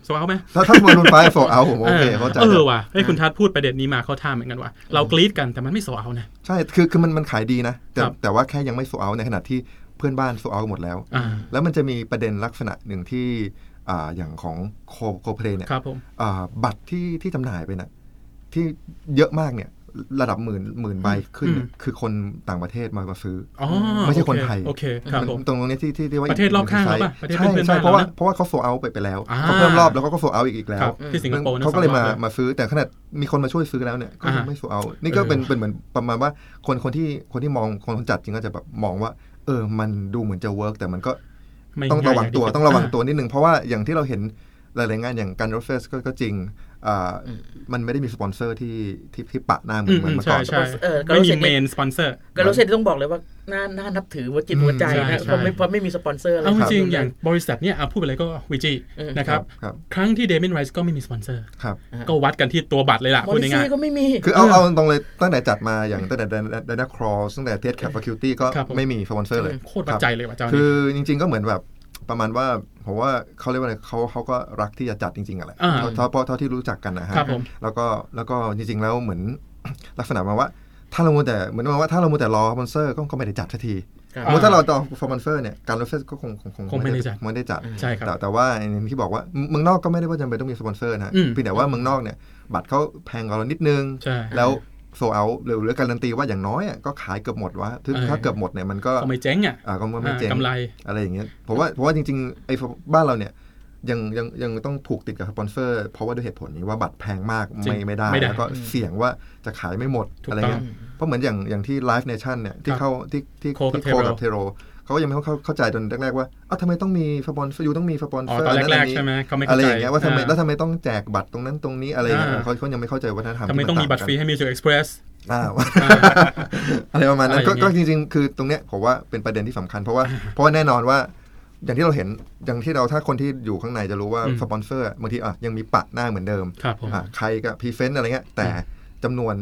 [SPEAKER 2] สวาวไหม
[SPEAKER 3] ถ้าถ้ามารุนไฟโซเอาผมโอเคเข้าใจ
[SPEAKER 2] เออว่ะเฮ้ยคุณทัศน์พูดประเด็นนี้มาเข้าท่าเหมือนกันว่ะเรากรีดกันแต่มันไม่โซเอานะ
[SPEAKER 3] ใช่คือคือมันมันขายดีนะ แต่
[SPEAKER 2] ครับ
[SPEAKER 3] แต่ว่าแค่ยังไม่โซเอาในขณะที่เพื่อนบ้านโซเอาหมดแล้ว
[SPEAKER 2] อ่า
[SPEAKER 3] แล้วมันจะมีประเด็นลักษณะหนึ่งที่อ่าอย่างของโคโคเพลเนี่ย
[SPEAKER 2] ครับผม
[SPEAKER 3] อ่าบัตรที่ที่จำหน่ายไปนะที่เยอะมากเนี่ยระดับหมื่นหมื่นใบขึ้นเนี่ยคือคนต่างประเทศมามาซื้อ
[SPEAKER 2] อ๋อ
[SPEAKER 3] ไม่ใช่คนไทย
[SPEAKER 2] โอเคโอเคครับผม
[SPEAKER 3] ตรงตรงเนี้ยที่ที่ที่ว่า
[SPEAKER 2] ประเทศรอบข้าง
[SPEAKER 3] ใช่
[SPEAKER 2] แล้วป่ะประเทศ
[SPEAKER 3] ใช่
[SPEAKER 2] เพื่อนๆ
[SPEAKER 3] ใช่
[SPEAKER 2] บ้าน
[SPEAKER 3] เพราะ
[SPEAKER 2] เรา
[SPEAKER 3] ว่า
[SPEAKER 2] นะ
[SPEAKER 3] เพราะว่าเขาโซเอาไปไปแล้ว
[SPEAKER 2] อ่า
[SPEAKER 3] เขาเพิ่มรอบแล้วก็โซเอาอีกอีกแล้
[SPEAKER 2] ครั
[SPEAKER 3] ว
[SPEAKER 2] บที่สิงคโปร์นะ
[SPEAKER 3] เขาก็เลยมา
[SPEAKER 2] สองรอบนะ
[SPEAKER 3] มาซื้อแต่ขนาดมีคนมาช่วยซื้อแล้วเนี่ยก็ยัง
[SPEAKER 2] อ่า
[SPEAKER 3] ไม่โซเอา นี่ก็เป็น
[SPEAKER 2] เออ
[SPEAKER 3] เป็นเหมือนประมาณว่าคนคนที่คนที่มองคนคนจัดจริงก็จะแบบมองว่า เออมันดูเหมือนจะเวิร์กแต่มันก็
[SPEAKER 2] ไม่
[SPEAKER 3] ต้องระวังตัว
[SPEAKER 2] ย่าที่
[SPEAKER 3] ต้องระวัง
[SPEAKER 2] า
[SPEAKER 3] ตัวนิดนึงเพราะว่าอย่างที่เราเห็นหลายๆงานอย่างการรถเฟสก็จริงอ่ามันไม่ได้มีสปอนเซอร์ที่ที่ที่ปะหน้าเหมือน
[SPEAKER 2] อืม
[SPEAKER 3] เหมือนเมื่อ
[SPEAKER 2] ใช่
[SPEAKER 3] ก่อน
[SPEAKER 2] ใช่
[SPEAKER 4] เออก็
[SPEAKER 2] ไม่
[SPEAKER 4] รู้
[SPEAKER 2] มี
[SPEAKER 4] สึก
[SPEAKER 2] เม
[SPEAKER 4] นี่
[SPEAKER 2] นสปอนเซอร์
[SPEAKER 4] การรถเซนต้องบอกเลยว่าน่าน่านับถือหัวจิตหัวใจ
[SPEAKER 2] อืมใช่
[SPEAKER 4] นะ
[SPEAKER 2] ใช่
[SPEAKER 4] เพราะไม่เพราะไม่มีสปอนเซอร์อะไร
[SPEAKER 2] เอาจริงๆอย่างบริษัทเนี่ยเอาพูดไปเลยก็วิจิ
[SPEAKER 4] อืม
[SPEAKER 2] นะครับ
[SPEAKER 3] ครับ
[SPEAKER 2] ครั้งที่เดมินไรส์ก็ไม่มีสปอนเซอร์
[SPEAKER 3] ครับ
[SPEAKER 2] ก็วัดกันที่ตัวบัตรเลยล่ะ
[SPEAKER 4] มอ
[SPEAKER 2] พูด
[SPEAKER 4] ริ
[SPEAKER 2] ง่าย
[SPEAKER 4] ซี่ก็ไม่มี
[SPEAKER 3] คือเอาเอาตรงเลยตั้งแต่จัดมาอย่างตั้งแต่ดนาครอสตั้งแต่เทสแคปฟาคิวตี้ก็
[SPEAKER 2] ครับผม
[SPEAKER 3] ไม่มีสปอนเซอร์เลย
[SPEAKER 2] ๆโคตรปัจ
[SPEAKER 3] ค
[SPEAKER 2] จั
[SPEAKER 3] รับ
[SPEAKER 2] ยเลยว่ะเจ้า
[SPEAKER 3] คื
[SPEAKER 2] นี่
[SPEAKER 3] อจริง ๆ ก็เหมือนแบบประมาณว่าผมว่าเขาเรียกว่าอะไรเขาเขาก็รักที่จะจัดจริงๆอะแหละ
[SPEAKER 2] า
[SPEAKER 3] เท่าเท่าเท่าที่รู้จักกันนะฮะ
[SPEAKER 2] ครับผม
[SPEAKER 3] แล้วก็แล้วก็จริงๆแล้วเหมือน ลักษณะมาว่า ถ้าเรามัวแต่เหมือนมาว่าถ้าเรามัวแต่รอสปอนเซอร์ก็ก็ไม่ได้จัดสักที
[SPEAKER 4] ครับ
[SPEAKER 3] สมมติถ้าเรารอสปอนเซอร์เนี่ยการรถไฟก็คงคง
[SPEAKER 2] คงไม่ได้จัด
[SPEAKER 3] ไม่ได้จัด
[SPEAKER 2] ใช่ครับ
[SPEAKER 3] แต่แต่ว่าอย่างที่บอกว่าเมืองนอกก็ไม่ได้ว่าจำเป็นต้องมีสปอนเซอร์นะฮะ
[SPEAKER 2] อืม
[SPEAKER 3] เพียงแต่ว่าเมืองนอกเนี่ย บัตรเขาแพงกว่าเรานิดนึง
[SPEAKER 2] ใช่
[SPEAKER 3] แล้วโซเอาหรือหรือการันตีว่าอย่างน้อยอ่ะก็ขายเกือบหมดวะถ้า
[SPEAKER 2] เออ
[SPEAKER 3] ถ้าเกือบหมดเนี่ยมันก็
[SPEAKER 2] ก็ไม่เจ๊งอ่ะ
[SPEAKER 3] อ่าก็ไม่เจ๊ง
[SPEAKER 2] อ่ากำไร
[SPEAKER 3] อะไรอย่างเงี้ยผมว่าผมว่าจริงๆไอ้บ้านเราเนี่ย ยังยังยังต้องผูกติดกับสปอนเซอร์ เพราะว่าด้วยเหตุผลนี้ว่าบัตรแพงมาก
[SPEAKER 2] จริ
[SPEAKER 3] ไม่
[SPEAKER 2] ง
[SPEAKER 3] ไม่ได้
[SPEAKER 2] ไม่ได้
[SPEAKER 3] แล้วก็เสี่ยงว่าจะขายไม่หมด
[SPEAKER 2] ถูก
[SPEAKER 3] อะไรเงี้ย
[SPEAKER 2] ต้อง
[SPEAKER 3] เพราะเหมือนอย่างอย่างที่ Live Nation เนี่ยที่เข้าที่ที่
[SPEAKER 2] โคกับ
[SPEAKER 3] ที่
[SPEAKER 2] Tero
[SPEAKER 3] โคกับเทโรเขาก็ยังไม่เข้าเข้าใจตอนแรกๆว่าอ้าวทำไมต้องมีสปอนเซอร์ยูต้องมีสปอน
[SPEAKER 2] อ๋
[SPEAKER 3] เซ
[SPEAKER 2] อ
[SPEAKER 3] อร์
[SPEAKER 2] ตอน
[SPEAKER 3] นั้น
[SPEAKER 2] แรก
[SPEAKER 3] น
[SPEAKER 2] ๆ
[SPEAKER 3] นี้
[SPEAKER 2] ใช่ไหมเขาไม่
[SPEAKER 3] อะ
[SPEAKER 2] เข้า
[SPEAKER 3] ไร
[SPEAKER 2] ใจ
[SPEAKER 3] อย่างเงี้ยว่าทำไม
[SPEAKER 2] อ่
[SPEAKER 3] แล้วทำไมต้องแจกบัตรตรงนั้นตรงนี้อะไรอย่างเงี้ย
[SPEAKER 2] อ่า
[SPEAKER 3] เขาเขายังไม่เข้าใจวัฒนธรรม
[SPEAKER 2] ทำไมต้องมีบัตรฟรีให้มิวสิกเอ็กซ์เพรส
[SPEAKER 3] อ่า อะไรประมาณนั้นก็
[SPEAKER 2] อะไรอย่างงี้
[SPEAKER 3] ก็จริงๆ คือตรงเนี้ยผมว่าเป็นประเด็นที่สำคัญ เพราะว่า เพราะว่าแน่นอนว่า อย่างที่เราเห็นอย่างที่เราถ้าคนที่อยู่ข้างในจะรู้ว่า
[SPEAKER 2] อืม
[SPEAKER 3] สปอนเซอร์บางทีอ่ะยังมีปะหน้าเหมือนเดิม
[SPEAKER 2] ครับผม
[SPEAKER 3] อ่ะใครกับพรีเซนต์อะไรเงี้ยแต่จำนวน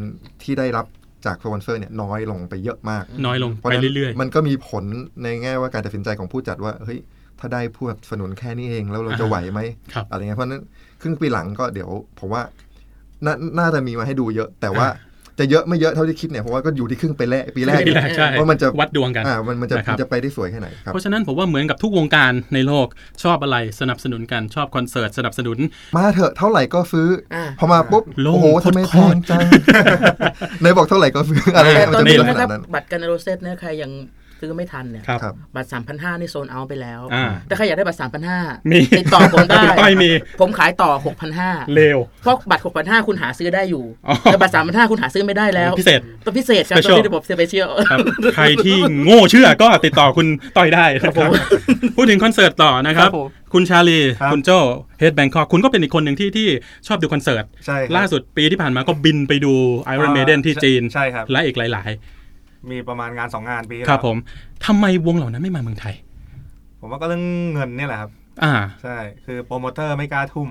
[SPEAKER 3] ที่ได้รับจากสปอนเซอร์เนี่ยน้อยลงไปเยอะมาก
[SPEAKER 2] น้อยลง
[SPEAKER 3] พาะฉะนั้น
[SPEAKER 2] ไปเรื่อยๆ
[SPEAKER 3] มันก็มีผลในแง่ว่าการตัดสินใจของผู้จัดว่าเฮ้ยถ้าได้ผู้สนับสนุนแค่นี้เองแล้วเราจะไหวไหม
[SPEAKER 2] ครับ
[SPEAKER 3] อะไรเงี้ยเพราะฉะนั้นครึ่งปีหลังก็เดี๋ยวผมว่า น่าน่าจะมีมาให้ดูเยอะ แต่ว่า
[SPEAKER 2] อ่
[SPEAKER 3] จะเยอะไม่เยอะเท่าที่คิดเนี่ยเพราะว่าก็อยู่ที่ครึ่งไปแรกปีแรก
[SPEAKER 2] ปีแรกใช่
[SPEAKER 3] ว่ามันจะ
[SPEAKER 2] วัดดวงกัน
[SPEAKER 3] อ่ามันมันจะ
[SPEAKER 2] ะค
[SPEAKER 3] มั
[SPEAKER 2] รับ
[SPEAKER 3] นจะไปได้สวยแค่ไหนครับ
[SPEAKER 2] เพราะฉะนั้นผมว่าเหมือนกับทุกวงการในโลกชอบอะไรสนับสนุนกันชอบคอนเสิร์ตสนับสนุน
[SPEAKER 3] มาเถอะเท่าไหร่ก็ซื้ออา พอมาปุ๊บ
[SPEAKER 2] โล่ง
[SPEAKER 3] โอ้โหทำไม
[SPEAKER 2] โค
[SPEAKER 3] แพ
[SPEAKER 2] ต
[SPEAKER 3] ง
[SPEAKER 2] ร
[SPEAKER 3] จัง ไหนบอกเท่าไหร่ก็ซื้อ อะไร
[SPEAKER 4] แต่
[SPEAKER 3] เงี้ยมั
[SPEAKER 4] ต
[SPEAKER 3] น
[SPEAKER 4] อน
[SPEAKER 3] จะมี
[SPEAKER 4] นี้
[SPEAKER 3] ลักษ
[SPEAKER 4] นะค
[SPEAKER 3] ณะ
[SPEAKER 4] รับ
[SPEAKER 3] นั้น
[SPEAKER 4] บัตรการโรเซตเนี่ยใครยังซื้อไม่ทันเนี่ย
[SPEAKER 2] ครับ
[SPEAKER 3] ครับ
[SPEAKER 4] บัตร 3,500 นี่โซนเอาท์ไปแล้ว
[SPEAKER 2] อ่า
[SPEAKER 4] แต่ใครอยากได้บัตร
[SPEAKER 2] มี
[SPEAKER 4] 3,500 ติดต่อผมได้
[SPEAKER 2] คุณต้อยมี
[SPEAKER 4] ผมขายต่อ
[SPEAKER 2] เลว
[SPEAKER 4] 6,500 เพราะบัตร 6,500 คุณหาซื้อได้อยู่
[SPEAKER 2] อ๋อ
[SPEAKER 4] แต่บัตร 3,500 คุณหาซื้อไม่ได้แล้ว
[SPEAKER 2] พิเศษ
[SPEAKER 4] ตัวพิเศษครับ
[SPEAKER 2] Special
[SPEAKER 4] ตัวที่ระบบสเปเชียล
[SPEAKER 2] ครับใครที่โง่เชื่อก็ติดต่อคุณต้อยได้นะครับพูดถึงคอนเสิร์ตต่อนะครับ
[SPEAKER 4] ครับผม
[SPEAKER 2] คุณชาลี
[SPEAKER 5] ครับ
[SPEAKER 2] คุณโจ้เฮดแบงคอกคุณก็เป็นอีกคนหนึ่งที่ที่ชอบดูคอนเสิร์ต
[SPEAKER 5] ใช่ครับ
[SPEAKER 2] ล่าสุดปีที่ผ่านมาก็บินไปดู Iron Maiden ที่จีน
[SPEAKER 5] ใช่ครับ
[SPEAKER 2] และอีกหลาย
[SPEAKER 5] มีประมาณงานสองงานปี
[SPEAKER 2] ๆ
[SPEAKER 5] ที่แล้ว
[SPEAKER 2] ครับผมทำไมวงเหล่านั้นไม่มาเมืองไทย
[SPEAKER 5] ผมว่าก็เรื่องเงินเนี่ยแหละครับ
[SPEAKER 2] อ่า
[SPEAKER 5] ใช่คือโปรโมเตอร์ไม่กล้าทุ่ม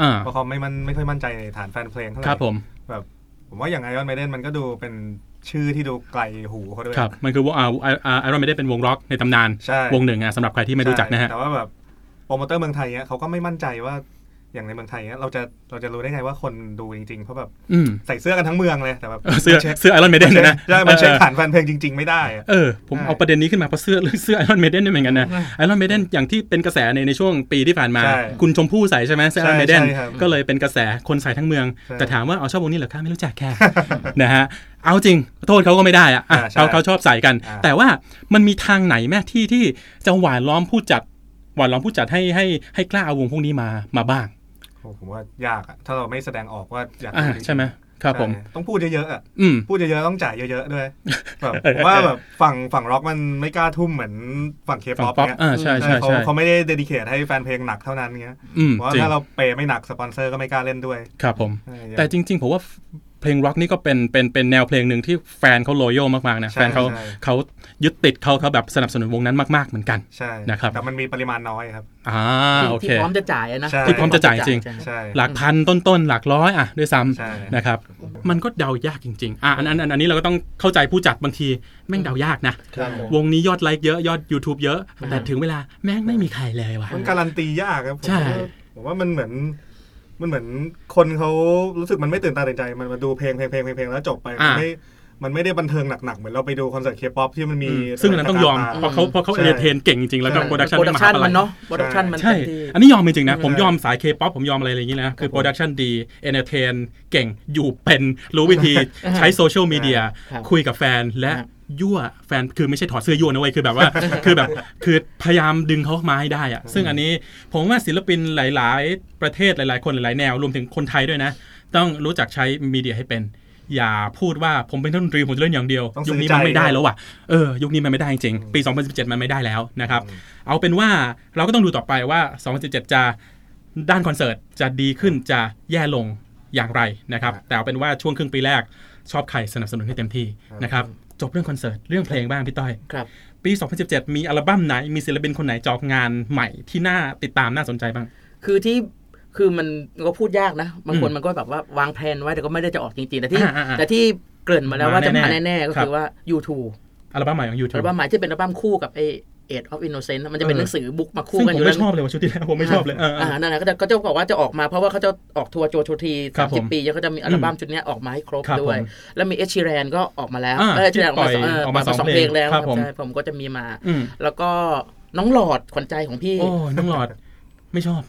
[SPEAKER 2] อ่า
[SPEAKER 5] เพราะเขาไม่มันไม่ค่อยมั่นใจในฐานแฟนเพลงเท่าไห
[SPEAKER 2] ค
[SPEAKER 5] ร่
[SPEAKER 2] รับผม
[SPEAKER 5] แบบผมว่าอย่างไอออนไมเดนมันก็ดูเป็นชื่อที่ดูไกลหูเขาด้วย
[SPEAKER 2] ครับ มันคือวงอ่าไอรอนไม่ได้เป็นวงร็อกในตำนาน
[SPEAKER 5] ใช่
[SPEAKER 2] วงหนึ่งอ่ะสำหรับใครที่ไม่รู้จักนะฮะ
[SPEAKER 5] ใช่แต่ว่าแบบโปรโมเตอร์เมืองไทยเนี้ยเขาก็ไม่มั่นใจว่าอย่างในเมืองไทยเนี้ยเราจะเราจะรู้ได้ไงว่าคนดูจริงๆ เพราะแบบ
[SPEAKER 2] อืม
[SPEAKER 5] ใส่เสื้อกันทั้งเมืองเลยแต่แบบ
[SPEAKER 2] เออเสื้อ
[SPEAKER 5] มันช็ค
[SPEAKER 2] เสื้อไอรอนเมเดนนะ
[SPEAKER 5] ใช่มันเช็ค
[SPEAKER 2] เออ
[SPEAKER 5] ฐานแฟนเพลงจริง ๆ ไม่ได้อะ
[SPEAKER 2] เออ ผม
[SPEAKER 5] ใช่
[SPEAKER 2] เอาประเด็นนี้ขึ้นมาเพราะเสื้อ เสื้อไอรอนเมเดนด้วยเหมือนกันนะไอรอนเมเดนอย่างที่เป็นกระแสในในช่วงปีที่ผ่านมา
[SPEAKER 5] ใช่
[SPEAKER 2] คุณชมพู่ใส่ใช่ไหมเสื้อไอรอนเมเดน
[SPEAKER 5] ใช่ครับ
[SPEAKER 2] ก็เลยเป็นกระแสคนใส่ทั้งเมือง
[SPEAKER 5] ใช่
[SPEAKER 2] แต่ถามว่าเอาชอบวงนี้เหรอคะไม่รู้จัก แค่ นะฮะเอาจริงโทษเขาก็ไม่ได้อะอ่ะ
[SPEAKER 5] อ่าใช่
[SPEAKER 2] เขาเขาชอบใส่กัน
[SPEAKER 5] อ่า
[SPEAKER 2] แต่ว่ามันมีทางไหนแม่ที่ที่จะหวานล้อมผู้จัดหวานล้อมผู้จัดให้ให้ให้กล้าเอาวงพวกนี้มามาบ้าง
[SPEAKER 5] โอ้ผมว่ายากอะถ้าเราไม่แสดงออกว่าอยาก
[SPEAKER 2] อ่า
[SPEAKER 5] ดูจริงๆ
[SPEAKER 2] ใช่ไหมครับผม
[SPEAKER 5] ใช่ต้องพูดเยอะ ๆอะ
[SPEAKER 2] อืม
[SPEAKER 5] พูดเยอะๆต้องจ่ายเยอะๆด้วยแบบผมว่าแบบฝั่งฝั่งร็อกมันไม่กล้าทุ่มเหมือนฝั่งเค
[SPEAKER 2] ฝั่
[SPEAKER 5] ป๊
[SPEAKER 2] ง
[SPEAKER 5] อป
[SPEAKER 2] ป๊อป
[SPEAKER 5] เนี้ย
[SPEAKER 2] อ่าใช่ใช่
[SPEAKER 5] เขา
[SPEAKER 2] ใช่
[SPEAKER 5] เขาไม่ได้เดดิเคทให้แฟนเพลงหนักเท่านั้นเงี้ย
[SPEAKER 2] อืม
[SPEAKER 5] เพราะว่า
[SPEAKER 2] จริง
[SPEAKER 5] ถ้าเราเปย์ไม่หนักสปอนเซอร์ก็ไม่กล้าเล่นด้วย
[SPEAKER 2] ครับผม
[SPEAKER 5] ใช่
[SPEAKER 2] แต่จริง ๆ ผมว่าเพลงร็อกนี่ก็เป็นเป็นเป็นแนวเพลงหนึ่งที่แฟนเขาโลโยมากๆนะ
[SPEAKER 5] ใช่
[SPEAKER 2] แฟนเขา
[SPEAKER 5] ใช่
[SPEAKER 2] เขายึดติดเขาเขาแบบสนับสนุนวงนั้นมาก ๆ เหมือนกัน
[SPEAKER 5] ใช่
[SPEAKER 2] นะครับ
[SPEAKER 5] แต่มันมีปริมาณน้อยครับ
[SPEAKER 2] อ่าโอเค
[SPEAKER 4] ที่พร้อมจะจ่ายอะนะ
[SPEAKER 5] ใช่
[SPEAKER 2] ที่พร้อมจะจ่ายจริง
[SPEAKER 5] ใช่
[SPEAKER 2] หลักพันต้นๆ หลักร้อยอ่ะด้วยซ้
[SPEAKER 5] ใช่
[SPEAKER 2] ำนะครับ มันก็เดายากจริง ๆ อ่ะอันอันอันอันนี้เราก็ต้องเข้าใจผู้จัดบางที แม่งเดายากนะ
[SPEAKER 5] ใช่
[SPEAKER 2] วงนี้ยอดไลค์เยอะยอด YouTube เยอะ แต่ถึงเวลาแม่งไม่มีใครเลยว่ะ
[SPEAKER 5] มันการันตียากครับผม
[SPEAKER 2] ใช่
[SPEAKER 5] ว่าผมว่ามันเหมือนมันเหมือนคนเขารู้สึกมันไม่ตื่นตาตื่นใจมันมาดูเพลงเพลงเพลงเพลงเพลงแล้วจบไปมันไม่มันไม่ได้บันเทิงหนักๆเหมือนเราไปดูคอนเสิร์ตเคป๊อปที่มันมี
[SPEAKER 2] ซึ่งอันนั้นต้องยอม
[SPEAKER 5] า
[SPEAKER 2] เพราะเขาเพราะเขา
[SPEAKER 5] ใช่
[SPEAKER 2] เอเทนเก่งจริงๆแล้วก็
[SPEAKER 5] ใช่
[SPEAKER 2] โปรดักชันมหา
[SPEAKER 4] โปรดักชัน
[SPEAKER 2] ปลั
[SPEAKER 4] มัน
[SPEAKER 2] ย
[SPEAKER 4] เนาะโปรดักชันมัน
[SPEAKER 2] ใช่
[SPEAKER 4] เต็มที่
[SPEAKER 2] อันนี้ยอมจริงๆนะ
[SPEAKER 5] ใช่
[SPEAKER 2] ผมยอมสายเคป๊อปผมยอมอะไรอย่างนี้นะ คือโปรดักชันดีเอนเตอร์เทนเก่ง อยู่เป็น รู้วิธี ใช้โซเชียลมีเดีย
[SPEAKER 4] ครับ
[SPEAKER 2] คุยกับแฟน และ
[SPEAKER 4] ครับ
[SPEAKER 2] ยั่วแฟน คือไม่ใช่ถอดเสื้อยั่วนะเว้ย คือแบบ ว่า คือแบบ คือพยายามดึงเขามาให้ได้อะซึ่งอันนี้ผมว่าศิลปินหลาย ๆ ประเทศหลาย ๆ คนหลาย ๆ แนว รวมถึงคนไทยด้วยนะ ต้องรู้จักใช้มีเดียให้เป็น อย่าพูดว่าผมเป็นนักดนตรีผมจะเล่นอย่างเดียว
[SPEAKER 5] ต้อง
[SPEAKER 2] ยุ
[SPEAKER 5] ซื้
[SPEAKER 2] ค
[SPEAKER 5] อ
[SPEAKER 2] นี้มันไม่
[SPEAKER 5] ใจ
[SPEAKER 2] ได้แล้วว่ะ เออ ยุคนี้มันไม่ได้จริงๆปี 2017 มันไม่ได้แล้วนะครับ เอาเป็นว่าเราก็ต้องดูต่อไปว่า 2017 จะด้านคอนเสิร์ตจะดีขึ้นจะแย่ลงอย่างไรนะครับ แต่เอาเป็นว่าช่วงครึ่งปีแรกชอบใครสนับสนุนให้เต็มที่นะครับ จบเรื่องคอนเสิร์ตเรื่องเพลงบ้างพี่ต้อย
[SPEAKER 4] ครับ
[SPEAKER 2] ปี 2017 มีอัลบั้มไหน มีศิลปินคนไหนจอกงานใหม่ที่น่าติดตามน่าสนใจบ้าง
[SPEAKER 4] คือที่คือมันมันก็พูดยากนะ บางคน
[SPEAKER 2] อืม
[SPEAKER 4] มันก็แบบว่าวางแผนไว้แต่ก็ไม่ได้จะออกจริงๆ แต่ที่
[SPEAKER 2] อ่าอ่าอ่า
[SPEAKER 4] แต่ที่เกริ่นมาแล้วว่าจะมา
[SPEAKER 2] มาแน่ๆ
[SPEAKER 4] แน่ๆ ก็
[SPEAKER 2] ครั
[SPEAKER 4] คื
[SPEAKER 2] บ
[SPEAKER 4] อว่า YouTube
[SPEAKER 2] อัลบั้มใหม่ของ
[SPEAKER 4] อั
[SPEAKER 2] YouTube
[SPEAKER 4] ลบั้มใหม่ที่เป็นอัลบั้มคู่กับไอเอ็ดออฟอินโนเซนต์มันจะเป็น
[SPEAKER 2] เออ
[SPEAKER 4] หนังสือบุ๊กมาคู่
[SPEAKER 2] ซึ่ง
[SPEAKER 4] กัน
[SPEAKER 2] ผ
[SPEAKER 4] อ
[SPEAKER 2] ม
[SPEAKER 4] ยู่แล้
[SPEAKER 2] ไม่
[SPEAKER 4] ว
[SPEAKER 2] ชอบเลยว่ะชุดที่แล้วผมไม่ชอบเลยเออเออ
[SPEAKER 4] อ่านั่นแหละก็จะก็จะบอกว่าจะออกมาเพราะว่าเขาจะออกทัวร์โจโชที
[SPEAKER 2] ครั
[SPEAKER 4] สา
[SPEAKER 2] บ
[SPEAKER 4] ม
[SPEAKER 2] ผม
[SPEAKER 4] สิบปีแล้วก็จะมีอัลบั้มชุดเนี้ยออกมาให้ครบ
[SPEAKER 2] ครับ
[SPEAKER 4] ด้วย
[SPEAKER 2] ผม
[SPEAKER 4] แล้วมีเอชชีแรนก็ออกมาแล้ว
[SPEAKER 2] อ่า
[SPEAKER 4] เอชชีแรนออกมาสอง
[SPEAKER 2] ที่ปล่อยออมาส
[SPEAKER 4] เออออก กมา
[SPEAKER 2] อ
[SPEAKER 4] สอง ง
[SPEAKER 2] เพ
[SPEAKER 4] เพ
[SPEAKER 2] ล
[SPEAKER 4] ล
[SPEAKER 2] ง
[SPEAKER 4] งแล้ว
[SPEAKER 2] ครับผม
[SPEAKER 4] ใช่ผมก็จะมีมา
[SPEAKER 2] อืม
[SPEAKER 4] แล้วก็น้องหลอดขวัญใจของพี่
[SPEAKER 2] โอ้ยน้องหลอดไม่ชอบ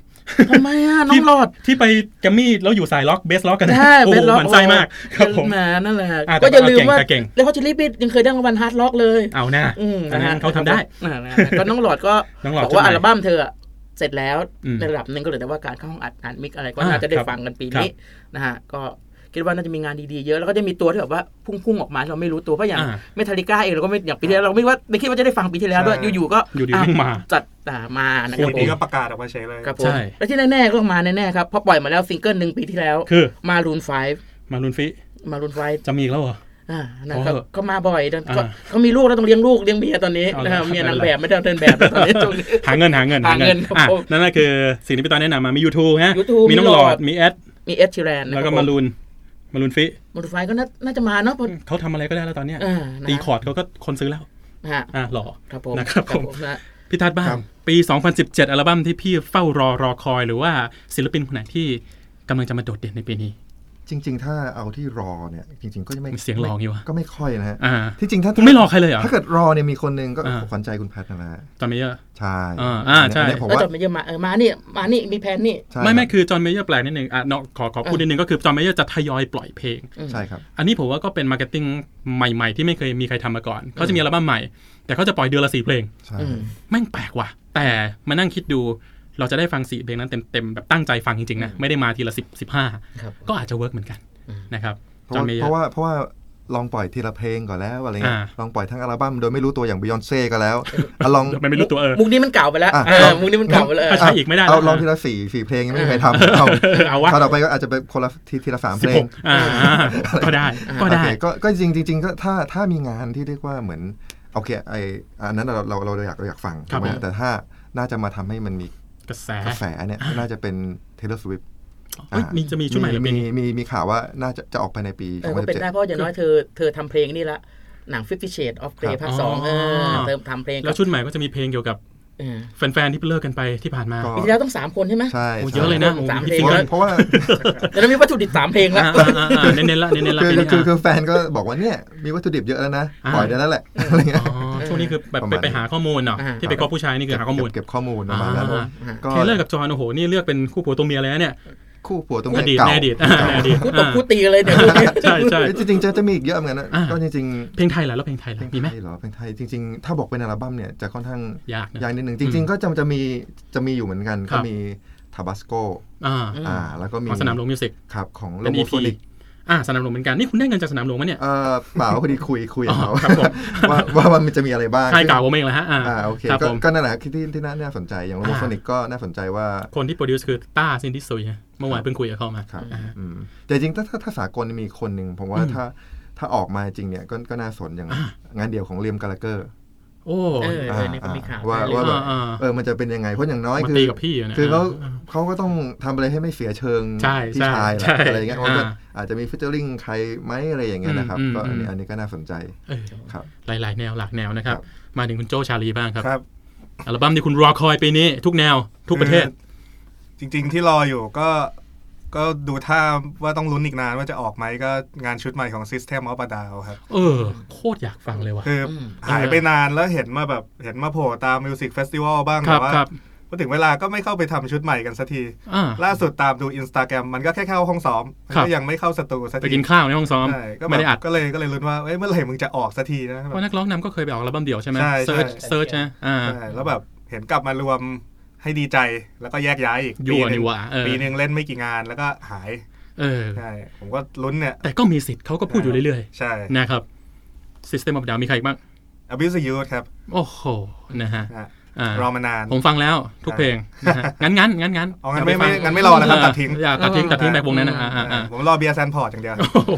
[SPEAKER 4] ทำไมอ่ะน้องหลอด
[SPEAKER 2] ที่ไปแกรมมี่แล้วอยู่สายล็อกเบสล็อกกันนะ
[SPEAKER 4] ใช่
[SPEAKER 2] โอ้
[SPEAKER 4] เป็น
[SPEAKER 2] โห
[SPEAKER 4] ล็อก
[SPEAKER 2] หมันไส้มากครับผม
[SPEAKER 4] แหนั่นแหละ
[SPEAKER 2] อ่ะแต่
[SPEAKER 4] ก็อย่าลืมว่า
[SPEAKER 2] แต่เก่ง
[SPEAKER 4] แล้วเขาจะรีบไปยังเคยได้รางวัลฮาร์ดล็อกเลย
[SPEAKER 2] เอาหน้า
[SPEAKER 4] อืม
[SPEAKER 2] อันนั้นเขาทำได้
[SPEAKER 4] อ่านะฮะก็น้องหลอดก็
[SPEAKER 2] น้องหลอด
[SPEAKER 4] บอกว่า
[SPEAKER 2] ทำไม
[SPEAKER 4] อัลบั้มเธออะ เสร็จแล้ว
[SPEAKER 2] อืม
[SPEAKER 4] ในระดับหนึ่งก็เหลือแต่ว่าการเข้าห้องอัดงานมิกอะไรก็
[SPEAKER 2] อ่า
[SPEAKER 4] น่าจะได้
[SPEAKER 2] ครับ
[SPEAKER 4] ฟังกันปี
[SPEAKER 2] ครั
[SPEAKER 4] นี้
[SPEAKER 2] บ
[SPEAKER 4] นะฮะก็คิดว่าน่าจะมีงานดีๆเยอะแล้วก็จะมีตัวที่แบบว่าพุ่งๆออกมาเราไม่รู้ตัวเพราะอย่าง
[SPEAKER 2] อ่า
[SPEAKER 4] เมทัลิก้าเองเราก็ไม่อย่างปีที่แล้วเราไม่ว่าไม่คิดว่าจะได้ฟังปีที่แล้วด้วย
[SPEAKER 5] ใช่
[SPEAKER 4] อยู่ๆก็
[SPEAKER 2] อยู่ดีวิ่งมา
[SPEAKER 4] จัดอ่ามานะค
[SPEAKER 5] ปี
[SPEAKER 4] รับผ
[SPEAKER 5] นี้
[SPEAKER 4] ม
[SPEAKER 5] ก็ประกาศออกมาเฉยเลย
[SPEAKER 4] ครับผ
[SPEAKER 2] ใช่
[SPEAKER 4] มแล้วที่แน่ๆก็มาแน่ๆครับเพราะปล่อยมาแล้วซิงเกิลหนึ่งปีที่แล้ว
[SPEAKER 2] คือ
[SPEAKER 4] มารูนไฟ
[SPEAKER 2] มารุนฟิ
[SPEAKER 4] มารูนไฟ
[SPEAKER 2] จะมีอีกแล้วเหรอ
[SPEAKER 4] อ่านะครับ
[SPEAKER 2] อ๋อ
[SPEAKER 4] ก็มาบ่อยนะก็
[SPEAKER 2] อ่า
[SPEAKER 4] ก็มีลูกแล้วต้องเลี้ยงลูกเลี้ยงเมียตอนนี้
[SPEAKER 2] เอาละ
[SPEAKER 4] นะครับเมีย
[SPEAKER 2] ไม่
[SPEAKER 4] นา
[SPEAKER 2] เป็
[SPEAKER 4] ง
[SPEAKER 2] นไร
[SPEAKER 4] แบบไม่ได้เดินแบบแล้วตอนนี้ตรงนี้
[SPEAKER 2] หาเงินหาเงิน
[SPEAKER 4] หาเงินครับ
[SPEAKER 2] อ่ะ
[SPEAKER 4] ผม
[SPEAKER 2] นั่นก็คือสิ่งที่พี่ต้อยแนะนำมา มี YouTube ฮะ
[SPEAKER 4] YouTube
[SPEAKER 2] มีน้องหลอด
[SPEAKER 4] มีหลอด
[SPEAKER 2] มีแอด
[SPEAKER 4] มีเอสชิแลน
[SPEAKER 2] แล้วก็มารุนมารุนฟิ
[SPEAKER 4] มอเตอร์ไฟก็น่าน่าจะมาเนาะเพราะ
[SPEAKER 2] เขาทำอะไรก็ได้แล้วตอนเนี้ย
[SPEAKER 4] อ่านะ
[SPEAKER 2] ตีคอร์ดเขาก็คนซื้อแล้ว
[SPEAKER 4] ฮะ
[SPEAKER 2] อ่ะหล่อ
[SPEAKER 4] ครับผม
[SPEAKER 2] นะครับผม
[SPEAKER 4] นะ
[SPEAKER 2] พี่ทัศน์บ้าง
[SPEAKER 3] ครับ
[SPEAKER 2] ปี 2017 อัลบั้มที่พี่เฝ้ารอรอคอยหรือว่าศิลปินคนไหนที่กำลังจะมาโดดเด่นในปีนี้
[SPEAKER 3] จริง ๆ ถ้าเอาที่รอเนี่ย จริง ๆ ก็จะไม่
[SPEAKER 2] เสียงรออย่างงี้วะ
[SPEAKER 3] ก็ไม่ค่อยนะฮะ
[SPEAKER 2] อ่า
[SPEAKER 3] ที่จริงถ้า
[SPEAKER 2] คุณไม่รอใครเลยเหรอ
[SPEAKER 3] ถ้าเกิดรอเนี่ยมีคนหนึ่งก็
[SPEAKER 2] อ่า
[SPEAKER 3] ขวัญใจคุณแพทย์นะนะ
[SPEAKER 2] จอห์นเมเยอร์
[SPEAKER 3] ใช่
[SPEAKER 2] อ่าอ่าใช่
[SPEAKER 3] นนี้ผม
[SPEAKER 4] แล้ว
[SPEAKER 3] ว่า
[SPEAKER 4] จดไปเยอะมาเออมานี่มานี่มีแพนนี่
[SPEAKER 3] ใช่
[SPEAKER 2] ไม่ไม่
[SPEAKER 3] ครับ
[SPEAKER 2] คือจอห์นเมเยอร์แปลกนิดหนึ่งอ่ะเนาะขอขอพูดนิ
[SPEAKER 4] อ่ะ
[SPEAKER 2] ดหนึ่งก็คือจอห์นเมเยอร์จะทยอยปล่อยเพลง
[SPEAKER 3] ใช่ครับ
[SPEAKER 2] อันนี้ผมว่าก็เป็นมาร์เก็ตติ้งใหม่ๆ ที่ไม่เคยมีใครทำมาก่อน เขาจะมีอัลบั้มใหม่ แต่เขาจะปล่อยเดือนละสี่เพลง
[SPEAKER 3] ใช่
[SPEAKER 4] อืม
[SPEAKER 2] แม่งแปลกว่ะ แต่มานั่งคิดดูเราจะได้ฟังสี่เพลงนั้นเต็มๆ แบบตั้งใจฟังจริงๆนะ ไม่ได้มาทีละสิบสิบห้า
[SPEAKER 4] ครับ
[SPEAKER 2] ก็อาจจะเวิร์กเหมือนกันนะครับ
[SPEAKER 3] เพ
[SPEAKER 2] จอ
[SPEAKER 3] ราะ
[SPEAKER 2] ห์น
[SPEAKER 3] ว่า
[SPEAKER 2] เมเยอ
[SPEAKER 3] เพราะ
[SPEAKER 2] ร์
[SPEAKER 3] ว่าเพราะว่าลองปล่อยทีละเพลงก่อนแล้วอะไรเงี้ย
[SPEAKER 2] อ่า
[SPEAKER 3] ลองปล่อยทั้งอัลบั้มโดยไม่รู้ตัวอย่างบิยอนเซ่ก็ แล้วอ่ะลอง
[SPEAKER 2] ไม่ไม่รู้ตัวเออ
[SPEAKER 4] มุกนี้มันเก่าไปแล้ว
[SPEAKER 3] อ่ะ
[SPEAKER 4] เออมุกนี้มันเก่าไปแล้ว
[SPEAKER 2] ถ้าใช้อีกไม่ได้
[SPEAKER 3] เอา
[SPEAKER 2] แล้ว
[SPEAKER 3] ลองทีละสี่สี่เพลงยังไม่มีใครทำเอา
[SPEAKER 2] เอาวะ
[SPEAKER 3] คราวต่อไปก็อาจจะเป็นคนละทีทีละสามเพ
[SPEAKER 2] สิบ
[SPEAKER 3] ล
[SPEAKER 2] หก
[SPEAKER 3] ง
[SPEAKER 2] อ่าก็ได้ก็ได้
[SPEAKER 3] โอเคก็ก็จริงจริงๆก็ถ้าถ้ามีงานที่เรียกว่าเหมือนโอเคไออันนั้นเราเราเราเราอยากเราอยากฟัง
[SPEAKER 2] ครับ
[SPEAKER 3] ใช่ไห
[SPEAKER 2] ผ
[SPEAKER 3] ม
[SPEAKER 2] ม
[SPEAKER 3] แต่ถ้าน่าจะมาทำให้มันมี
[SPEAKER 2] กระแส
[SPEAKER 3] กระแสเนี่ยน่าจะเป็น Taylor Swift
[SPEAKER 2] เอ้ย
[SPEAKER 3] อ่า
[SPEAKER 2] มีจะมีชุดใหม่เหรือปี
[SPEAKER 3] มี
[SPEAKER 2] นี้
[SPEAKER 3] มีมีข่าวว่าน่าจะจะออกไปในปี
[SPEAKER 4] เออก็เป็นได้
[SPEAKER 3] 2017
[SPEAKER 4] เพราะอย่างน้อยเธอเธอทำเพลงนี่ละหนัง Fifty Shades of Grey ภาคสองเออ
[SPEAKER 2] ครับ
[SPEAKER 4] เธอทำเพลงกับ
[SPEAKER 2] แล้วชุดใหม่ก็จะมีเพลงเกี่ยวกับ
[SPEAKER 4] เออ
[SPEAKER 2] แฟนๆที่เลิกกันไปที่ผ่านมา
[SPEAKER 3] ก็
[SPEAKER 4] ปีที่แล้วต้องสามคนใช่ไหม
[SPEAKER 3] ใช่
[SPEAKER 2] โอ้
[SPEAKER 3] ใช่
[SPEAKER 2] เยอะเลยนะโอ้
[SPEAKER 4] สาม
[SPEAKER 2] มี
[SPEAKER 4] เพล
[SPEAKER 2] ซิ
[SPEAKER 4] ง
[SPEAKER 2] งเกิล
[SPEAKER 3] เพราะว่า
[SPEAKER 4] แต่เรามีวัตถุดิบสามเพลงแล้ว
[SPEAKER 2] อ่าอ่าอ่าอ่าเน้นๆละเน้นๆละ
[SPEAKER 3] คือ
[SPEAKER 2] ปี
[SPEAKER 3] คือ
[SPEAKER 2] นี้
[SPEAKER 3] คือคื
[SPEAKER 2] อ่ะ
[SPEAKER 3] อแฟนก็บอกว่าเนี่ยมีวัตถุดิบเยอะแล้วนะ
[SPEAKER 2] อ่า
[SPEAKER 3] ปล่อยได้แล้วแหละอะไรเงี้ย
[SPEAKER 2] อ๋อช่วงนี้คือแบบไป
[SPEAKER 3] ประมาณ
[SPEAKER 2] ไปหาข้อมูลเนาะ
[SPEAKER 4] อ่า
[SPEAKER 2] ที่ไปก็ผู้ชายนี่คือหาข้อมูล
[SPEAKER 3] เก็บข้อมูลประมาณนั้น
[SPEAKER 2] อ่า
[SPEAKER 3] ก็
[SPEAKER 2] เทเลอร์กับจอห์นโอ้โหนี่เลือกเป็นคู่ผัวตัวเมียแล้วเนี่ย
[SPEAKER 3] คู่ผัวตรง
[SPEAKER 2] อดีต
[SPEAKER 3] เก่า
[SPEAKER 2] ในอดีตอ่าในอดีต
[SPEAKER 4] กูตบกูตีกันเลยเดี๋ยวพวกนี้
[SPEAKER 2] ใช่ใช่
[SPEAKER 3] เอ้ยจริงๆจะจะมีอีกเยอะเหมือนกันนะ
[SPEAKER 2] อ่า
[SPEAKER 3] ก็จริง
[SPEAKER 2] เพลงไทยเหรอแล้วเพลงไทย
[SPEAKER 3] ๆ
[SPEAKER 2] เหร
[SPEAKER 3] เพล
[SPEAKER 2] อง มีไหม
[SPEAKER 3] ไทยเหรอเพลงไทยจริง ๆ ถ้าบอกเป็นอัลบั้มเนี่ยจะค่อนข้าง
[SPEAKER 2] ยากนะ
[SPEAKER 3] ยากนิดหนึ่งจริง ๆ ก็จะจะมีจะมีอยู่เหมือนกัน
[SPEAKER 2] ครั
[SPEAKER 3] ก็
[SPEAKER 2] บ
[SPEAKER 3] มีทาบัสโก
[SPEAKER 2] อ่า
[SPEAKER 3] อ่าแล้วก็มี
[SPEAKER 2] ของสนามหลวงมิวสิก
[SPEAKER 3] ครับของ
[SPEAKER 2] เป็
[SPEAKER 3] โล
[SPEAKER 2] น
[SPEAKER 3] โม
[SPEAKER 2] EP
[SPEAKER 3] โฟนิก
[SPEAKER 2] อ่าสนามหลวงเหมือนกัน นี่คุณได้เงินจากสนามหลวงมั้ยเนี่ย
[SPEAKER 3] เอ่อเปล่าพอดีคุยคุยกับเขา
[SPEAKER 2] อ๋อครับผม
[SPEAKER 3] ว่าว่าว่ามันจะมีอะไรบ้าง
[SPEAKER 2] ค่ายเก่าผมเองแหละฮะอ่า
[SPEAKER 3] อ่าโอเค
[SPEAKER 2] ครับ
[SPEAKER 3] ก็
[SPEAKER 2] ผม
[SPEAKER 3] ก็นั่นแหละที่ที่ที่น่าน่าสนใจอย่างโลโม
[SPEAKER 2] อ่า
[SPEAKER 3] โฟนิกก็น่าสนใจว่า
[SPEAKER 2] คนที่โปรดิวซ์คือต้าซินดิซุยนะเมื่อวานเพิ่งคุยกับเขามา
[SPEAKER 3] ครับอืมแต่จริงๆถ้าถ้าถ้าสากลมีคนหนึ่งผมว่าถ้าถ้าออกมาจริงเนี่ยก็ก็น่าสนอย่างงานเดียวของเรียมกาลาเกอร์
[SPEAKER 2] โอ้
[SPEAKER 4] เออ นี่ก็มีข่าว
[SPEAKER 3] ว่า
[SPEAKER 4] ไปเรื่อย
[SPEAKER 3] ว่าแบบ
[SPEAKER 2] อ่า
[SPEAKER 3] เออมันจะเป็นยังไง เพราะอย่างน้อย
[SPEAKER 2] มา
[SPEAKER 3] คื
[SPEAKER 2] ตีกับพี่อะนะ
[SPEAKER 3] คือเขา
[SPEAKER 2] อ่า
[SPEAKER 3] เขาก็ต้องทำอะไรให้ไม่เสียเชิง
[SPEAKER 2] ใช่
[SPEAKER 3] พี่
[SPEAKER 2] ใช่
[SPEAKER 3] ชายแหละ
[SPEAKER 2] ใช่
[SPEAKER 3] อะไรเงี้ยเขาก็
[SPEAKER 2] อ่า
[SPEAKER 3] อาจจะมีฟิชเจอริงใครไหมอะไรอย่างเงี้ยนะครับ
[SPEAKER 2] อืม
[SPEAKER 3] ก็อันนี้
[SPEAKER 2] อืม
[SPEAKER 3] อันนี้ก็น่าสนใจ
[SPEAKER 2] เออ
[SPEAKER 3] ครับ
[SPEAKER 2] หลายๆ แนวหลากแนวนะครับ
[SPEAKER 3] ครับ
[SPEAKER 2] มาถึงคุณโจชาลีบ้างครับ
[SPEAKER 5] ครับ
[SPEAKER 2] อัลบั้มที่คุณรอคอยปีนี้ ทุกแนวทุกประเทศ
[SPEAKER 5] จริง ๆ ที่รออยู่ก็ก็ดูท่าว่าต้องลุ้นอีกนานว่าจะออกไหมก็งานชุดใหม่ของ System of a Down ครับ
[SPEAKER 2] เออ โคตรอยากฟังเลยว่ะ
[SPEAKER 5] คืออ
[SPEAKER 4] ม
[SPEAKER 5] หายไปนานแล้วเห็นมาแบบเห็นมาโผล่ตามมิวสิกเฟสติวัลบ้าง
[SPEAKER 2] ครั
[SPEAKER 5] แต่
[SPEAKER 2] บ
[SPEAKER 5] ว่า
[SPEAKER 2] ครับ
[SPEAKER 5] พอถึงเวลาก็ไม่เข้าไปทำชุดใหม่กันสักที
[SPEAKER 2] อ่า
[SPEAKER 5] ล่าสุดตามดูอินสตาแกรมมันก็แค่เข้าห้องซ้อมมัน
[SPEAKER 2] ครับ
[SPEAKER 5] ก็ยังไม่เข้าสตูสัก
[SPEAKER 2] ไป
[SPEAKER 5] ที
[SPEAKER 2] กินข้าวในห้องซ้อม
[SPEAKER 5] ใช่ก็แบบ
[SPEAKER 2] ไม่ได้อัด
[SPEAKER 5] ก็เลยก็เลยลุ้นว่าเอ้ยเมื่อไหร่มึงจะออกสักทีนะ
[SPEAKER 2] เพราะนักร้องนำก็เคยไปออกอัลบั้มเดี่ยวใช่ไหม
[SPEAKER 5] ใช่
[SPEAKER 2] เซิร์ช
[SPEAKER 5] ใช่
[SPEAKER 2] เซิร์ชนะอ่า
[SPEAKER 5] ใช่แล้วแบบเห็นกลับมารวมให้ดีใจแล้วก็แยกย้ายอีก
[SPEAKER 2] ยั่ว
[SPEAKER 5] ปีห
[SPEAKER 2] นี่
[SPEAKER 5] นึ่ง
[SPEAKER 2] หว่าเออ
[SPEAKER 5] ปีหนึ่งเล่นไม่กี่งานแล้วก็หาย
[SPEAKER 2] เออ
[SPEAKER 5] ใช่ผมก็ลุ้นเนี่ย
[SPEAKER 2] แต่ก็มีสิทธิ์เขาก็พูดอยู่เรื่อย
[SPEAKER 5] ใช่
[SPEAKER 2] ๆ นะครับ System of a Down มีใครอีกบ้าง
[SPEAKER 5] Abuse the Youth ครับ
[SPEAKER 2] โอ้โห นะฮะ
[SPEAKER 5] นะ
[SPEAKER 2] อ่าร
[SPEAKER 5] อมานาน
[SPEAKER 2] ผมฟังแล้วทุกเพลงนะฮะงั้นงั้นงั้นงั้น
[SPEAKER 5] เอางั้น
[SPEAKER 2] ย่าป
[SPEAKER 5] ไม่ไม่
[SPEAKER 2] ฟั
[SPEAKER 5] งั้นไม่รอนะครับตัดทิ้ง
[SPEAKER 2] อย่าตัดทิ้งตัดทิ้งแบบวงนั้นนะอ่าอ่า
[SPEAKER 5] อ่า
[SPEAKER 2] อ่า
[SPEAKER 5] ผมรอเบียร์แซนพอร์ตอย่างเดียว
[SPEAKER 2] โอ้โห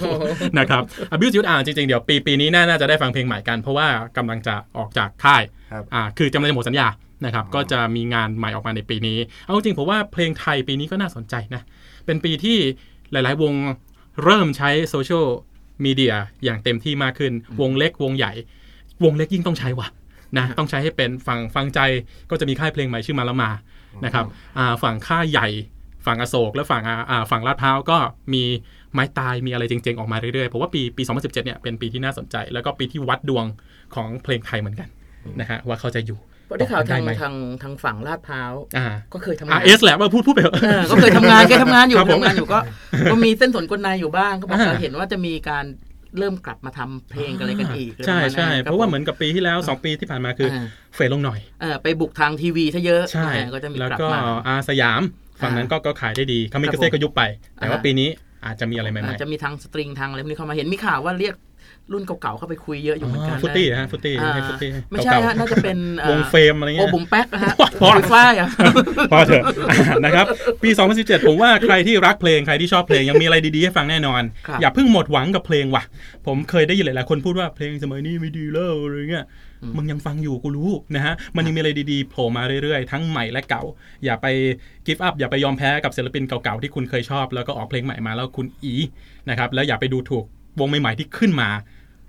[SPEAKER 2] นะครับ Abuse Youth อ่าจริงๆ เดี๋ยวปีปีนี้น่าน่าจะได้ฟังเพลงใหม่กัน เพราะว่ากำลังจะออกจากค่าย
[SPEAKER 5] ครับ
[SPEAKER 2] อ่าคือกำลังจะหมดสัญญานะครับก็จะมีงานใหม่ออกมาในปีนี้ เอาจริงๆผมว่าเพลงไทยปีนี้ก็น่าสนใจนะ เป็นปีที่หลาย ๆ วงเริ่มใช้โซเชียลมีเดียอย่างเต็มที่มากขึ้น วงเล็กวงใหญ่ วงเล็กยิ่งต้องใช้ว่ะนะต้องใช้ให้เป็นฝั่งฟังใจก็จะมีค่ายเพลงใหม่ชื่อมาละมานะครับอ่าฝั่งค่ายใหญ่ ฝั่งอโศก และฝั่งอ่าอ่าฝั่งลาดพร้าวก็มีไม้ตายมีอะไรเจ๋งๆ ออกมาเรื่อยๆ เพราะว่าปีปี 2017เนี่ยเป็นปีที่น่าสนใจ แล้วก็ปีที่วัดดวงของเพลงไทยเหมือนกันนะฮะว่าเขาจะอยู่
[SPEAKER 4] เพราะได้ข่าวทาง
[SPEAKER 2] ไหม
[SPEAKER 4] ทางทางฝั่งลาดพร้าว
[SPEAKER 2] อ่า
[SPEAKER 4] ก็เคย
[SPEAKER 2] อ่าง
[SPEAKER 4] ทำาน
[SPEAKER 2] เอสแหละว่าพูดพูดไปเถอะ
[SPEAKER 4] เออก็ เคยทำงานเคยทำงานอยู่
[SPEAKER 2] ครับผม
[SPEAKER 4] ทำงานอยู่ก็ ก็มีเส้นสนกลในอยู่บ้าง ก็บอก
[SPEAKER 2] อ่า
[SPEAKER 4] เราเห็นว่าจะมีการ เริ่มกลับมาทำเพลงกันอะไรกันอีก
[SPEAKER 2] ใช่ใช่
[SPEAKER 4] อไ
[SPEAKER 2] เพราะว่าเหมื
[SPEAKER 4] อ
[SPEAKER 2] อนกับปีที่แล้ว 2 ปีที่ผ่านมาคือ
[SPEAKER 4] อ่า
[SPEAKER 2] เฟดลงหน่อย
[SPEAKER 4] เออไปบุกทางทีวีถ้าเยอะ
[SPEAKER 2] ใช่
[SPEAKER 4] เออก็จะมี
[SPEAKER 2] แล้ว
[SPEAKER 4] กลับ
[SPEAKER 2] ก็
[SPEAKER 4] มา
[SPEAKER 2] อาสยามฝั่งนั้นก็ก็ขายได้ดีคามิกาเซ่ก็ยุบไป แต่ว่า
[SPEAKER 4] อ่า
[SPEAKER 2] ปีนี้อาจจะมีอะไรใหม่
[SPEAKER 4] อาจจะมีทางสตริงทางอะไรพวกนี้เข้ามาเห็นมีข่าวว่าเรียกรุ่นเก่าๆเข้าไปคุยเยอะอยู่เหมือนกัน
[SPEAKER 2] ๆฟุตตี้ฮะฟุตตี้
[SPEAKER 4] อ่า
[SPEAKER 2] ให้ฟุตตี้
[SPEAKER 4] ไม่ใช่ฮะ
[SPEAKER 2] เก่ๆ
[SPEAKER 4] น่าจะเป็นอ่อ
[SPEAKER 2] วงเฟรมอะไรเงี้
[SPEAKER 4] โอ้
[SPEAKER 2] ย
[SPEAKER 4] บุ๋มแป๊กนะฮะ
[SPEAKER 2] พอ
[SPEAKER 4] บุ๋มฝ้ายอ่ะ
[SPEAKER 2] พอเถอะ นะครับ ปี 2017 ผมว่าใครที่รักเพลง ใครที่ชอบเพลง ยังมีอะไรดี ๆ ให้ฟังแน่นอน
[SPEAKER 4] ครับ
[SPEAKER 2] อย่าเพิ่งหมดหวังกับเพลงว่ะ ผมเคยได้ยินหลาย ๆ คนพูดว่าเพลงสมัยนี้ไม่ดีแล้วอะไรเงี้ยมึงยังฟังอยู่กูรู้นะฮะ มันยังมีอะไรดี ๆ โผล่มาเรื่อย ๆ ทั้งใหม่และเก่า อย่าไปกิฟต์อัพ อย่าไปยอมแพ้กับศิลปินเก่า ๆ ที่คุณเคยชอบ แล้วก็ออกเพลงใหม่มาแล้วคุณอีนะครับ แล้วอย่าไปดูถูกวงใหม่ ๆ ที่ขึ้นมา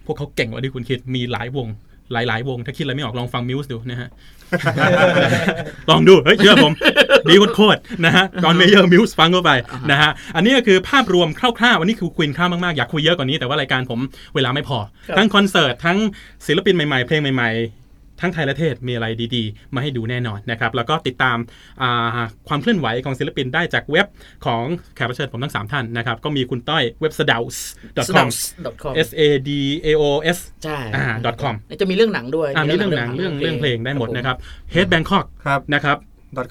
[SPEAKER 2] พวกเขาเก่งกว่าที่คุณคิด มีหลายวง หลาย ๆ วง ถ้าคิดอะไรไม่ออกลองฟังมิวส์ดูนะฮะ ลองดู เฮ้ยเชื่อผม ดีโคตรๆนะฮะตอนเมเยอร์มิวส์ฟังเข้าไปนะฮะ อันนี้ก็คือภาพรวมคร่าวๆ วันนี้คือคุยคร่าวมากๆ อยากคุยเยอะกว่านี้แต่ว่ารายการผมเวลาไม่พอ ทั้งคอนเสิร์ต ทั้งศิลปินใหม่ๆ เพลงใหม่ๆ ทั้งไทยและเทศมีอะไรดีๆ มาให้ดูแน่นอนนะครับ แล้วก็ติดตามอ่าความเคลื่อนไหวของศิลปินได้จากเว็บของแขกรับเชิญผมทั้งสามท่านนะครับ ก็มีคุณต้อยเว็บ s d o u s c o m
[SPEAKER 4] sdaus.com
[SPEAKER 2] s a d a o s
[SPEAKER 4] ใช่
[SPEAKER 2] อ่า .com
[SPEAKER 4] จะมีเรื่องหนังด้วย
[SPEAKER 2] อ่ามีเรื่องหนังเรื่องเรื่องเพลงได้หมดนะครับ Head Bangkok
[SPEAKER 5] ครับ
[SPEAKER 2] นะครับ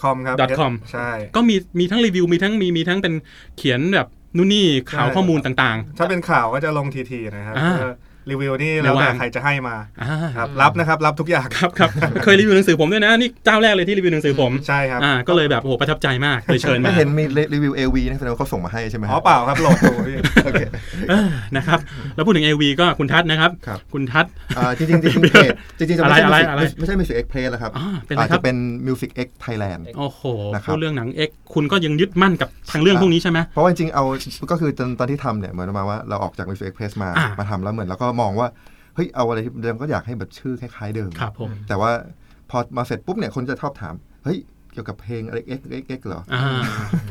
[SPEAKER 5] .com ครับ
[SPEAKER 2] .com
[SPEAKER 5] ใช่
[SPEAKER 2] ก็มีมีทั้งรีวิวมีทั้งมีมีทั้งเป็นเขียนแบบนู่นนี่ข่าว
[SPEAKER 5] ใช่
[SPEAKER 2] ข้อมูลต่าง
[SPEAKER 5] ถ้าเป็นข่าวก็จะลงทีทีนะครับ
[SPEAKER 2] อ่า
[SPEAKER 5] ก็รีวิวนี่แล้ว
[SPEAKER 2] ไม่
[SPEAKER 5] แต่
[SPEAKER 2] ว่าง
[SPEAKER 5] ใครจะให้มา
[SPEAKER 2] ๆอ่า
[SPEAKER 5] ครับรับนะครับ รับทุกอย่าง
[SPEAKER 2] ครับครับ เคยรีวิวหนังสือผมด้วยนะ นี่เจ้าแรกเลยที่รีวิวหนังสือผม
[SPEAKER 5] ใช่ครับ
[SPEAKER 2] อ่าก็เลยแบบโอ้โหประทับใจมากเลยเชิญ
[SPEAKER 3] ไม่
[SPEAKER 2] มา
[SPEAKER 3] เห็นมีรีวิว AV นะแสดงว่าเขาส่งมาให้ใช่ไหม
[SPEAKER 5] อ๋อเปล่าครับ โหลดดูพี่
[SPEAKER 3] โอเค
[SPEAKER 2] เออนะครับ แล้วพูดถึง AV ก็คุณทัศน์นะครับ
[SPEAKER 3] ครับ
[SPEAKER 2] คุณทัศน์
[SPEAKER 3] อ่าจริงๆจริงๆเพจจริงๆจะไม่ใช่
[SPEAKER 2] อะไร
[SPEAKER 3] มิว
[SPEAKER 2] อะไร
[SPEAKER 3] สิกไม่ใช่มิวสิกเอ็กเพลสแล้วครับ
[SPEAKER 2] อ่าเป็นอะไรครับ
[SPEAKER 3] จจะเป็นมิวสิกเอ็กไทยแลนด์
[SPEAKER 2] โอ้โห
[SPEAKER 3] นะครับ
[SPEAKER 2] พูดเรื่องหนังเอ็กคุณก็ยังยึดมั่นกับทางเรื่องพวกนี้ใช่ไหม
[SPEAKER 3] เพราะว่าจริงๆเอาก็คือตอนตอนที่ทำเนี่ยเหมือนประมาณว่าเราออกจากมิวสิกเอ็กเพรสมา
[SPEAKER 2] อ่าม
[SPEAKER 3] มาทำแล้วเหมือนเราก็มองว่าเฮ้ยเอาอะไรที่เดิมก็อยากให้แบบชื่อคล้ายๆเดิม
[SPEAKER 2] ครับผม
[SPEAKER 3] แต่ว่าพอมาเสร็จปุ๊บเนี่ยคนจะชอบถาม เฮ้ย เกี่ยวกับเพลงอะไรเอ็กเอ็กเอ็กเหรอ
[SPEAKER 2] อ่า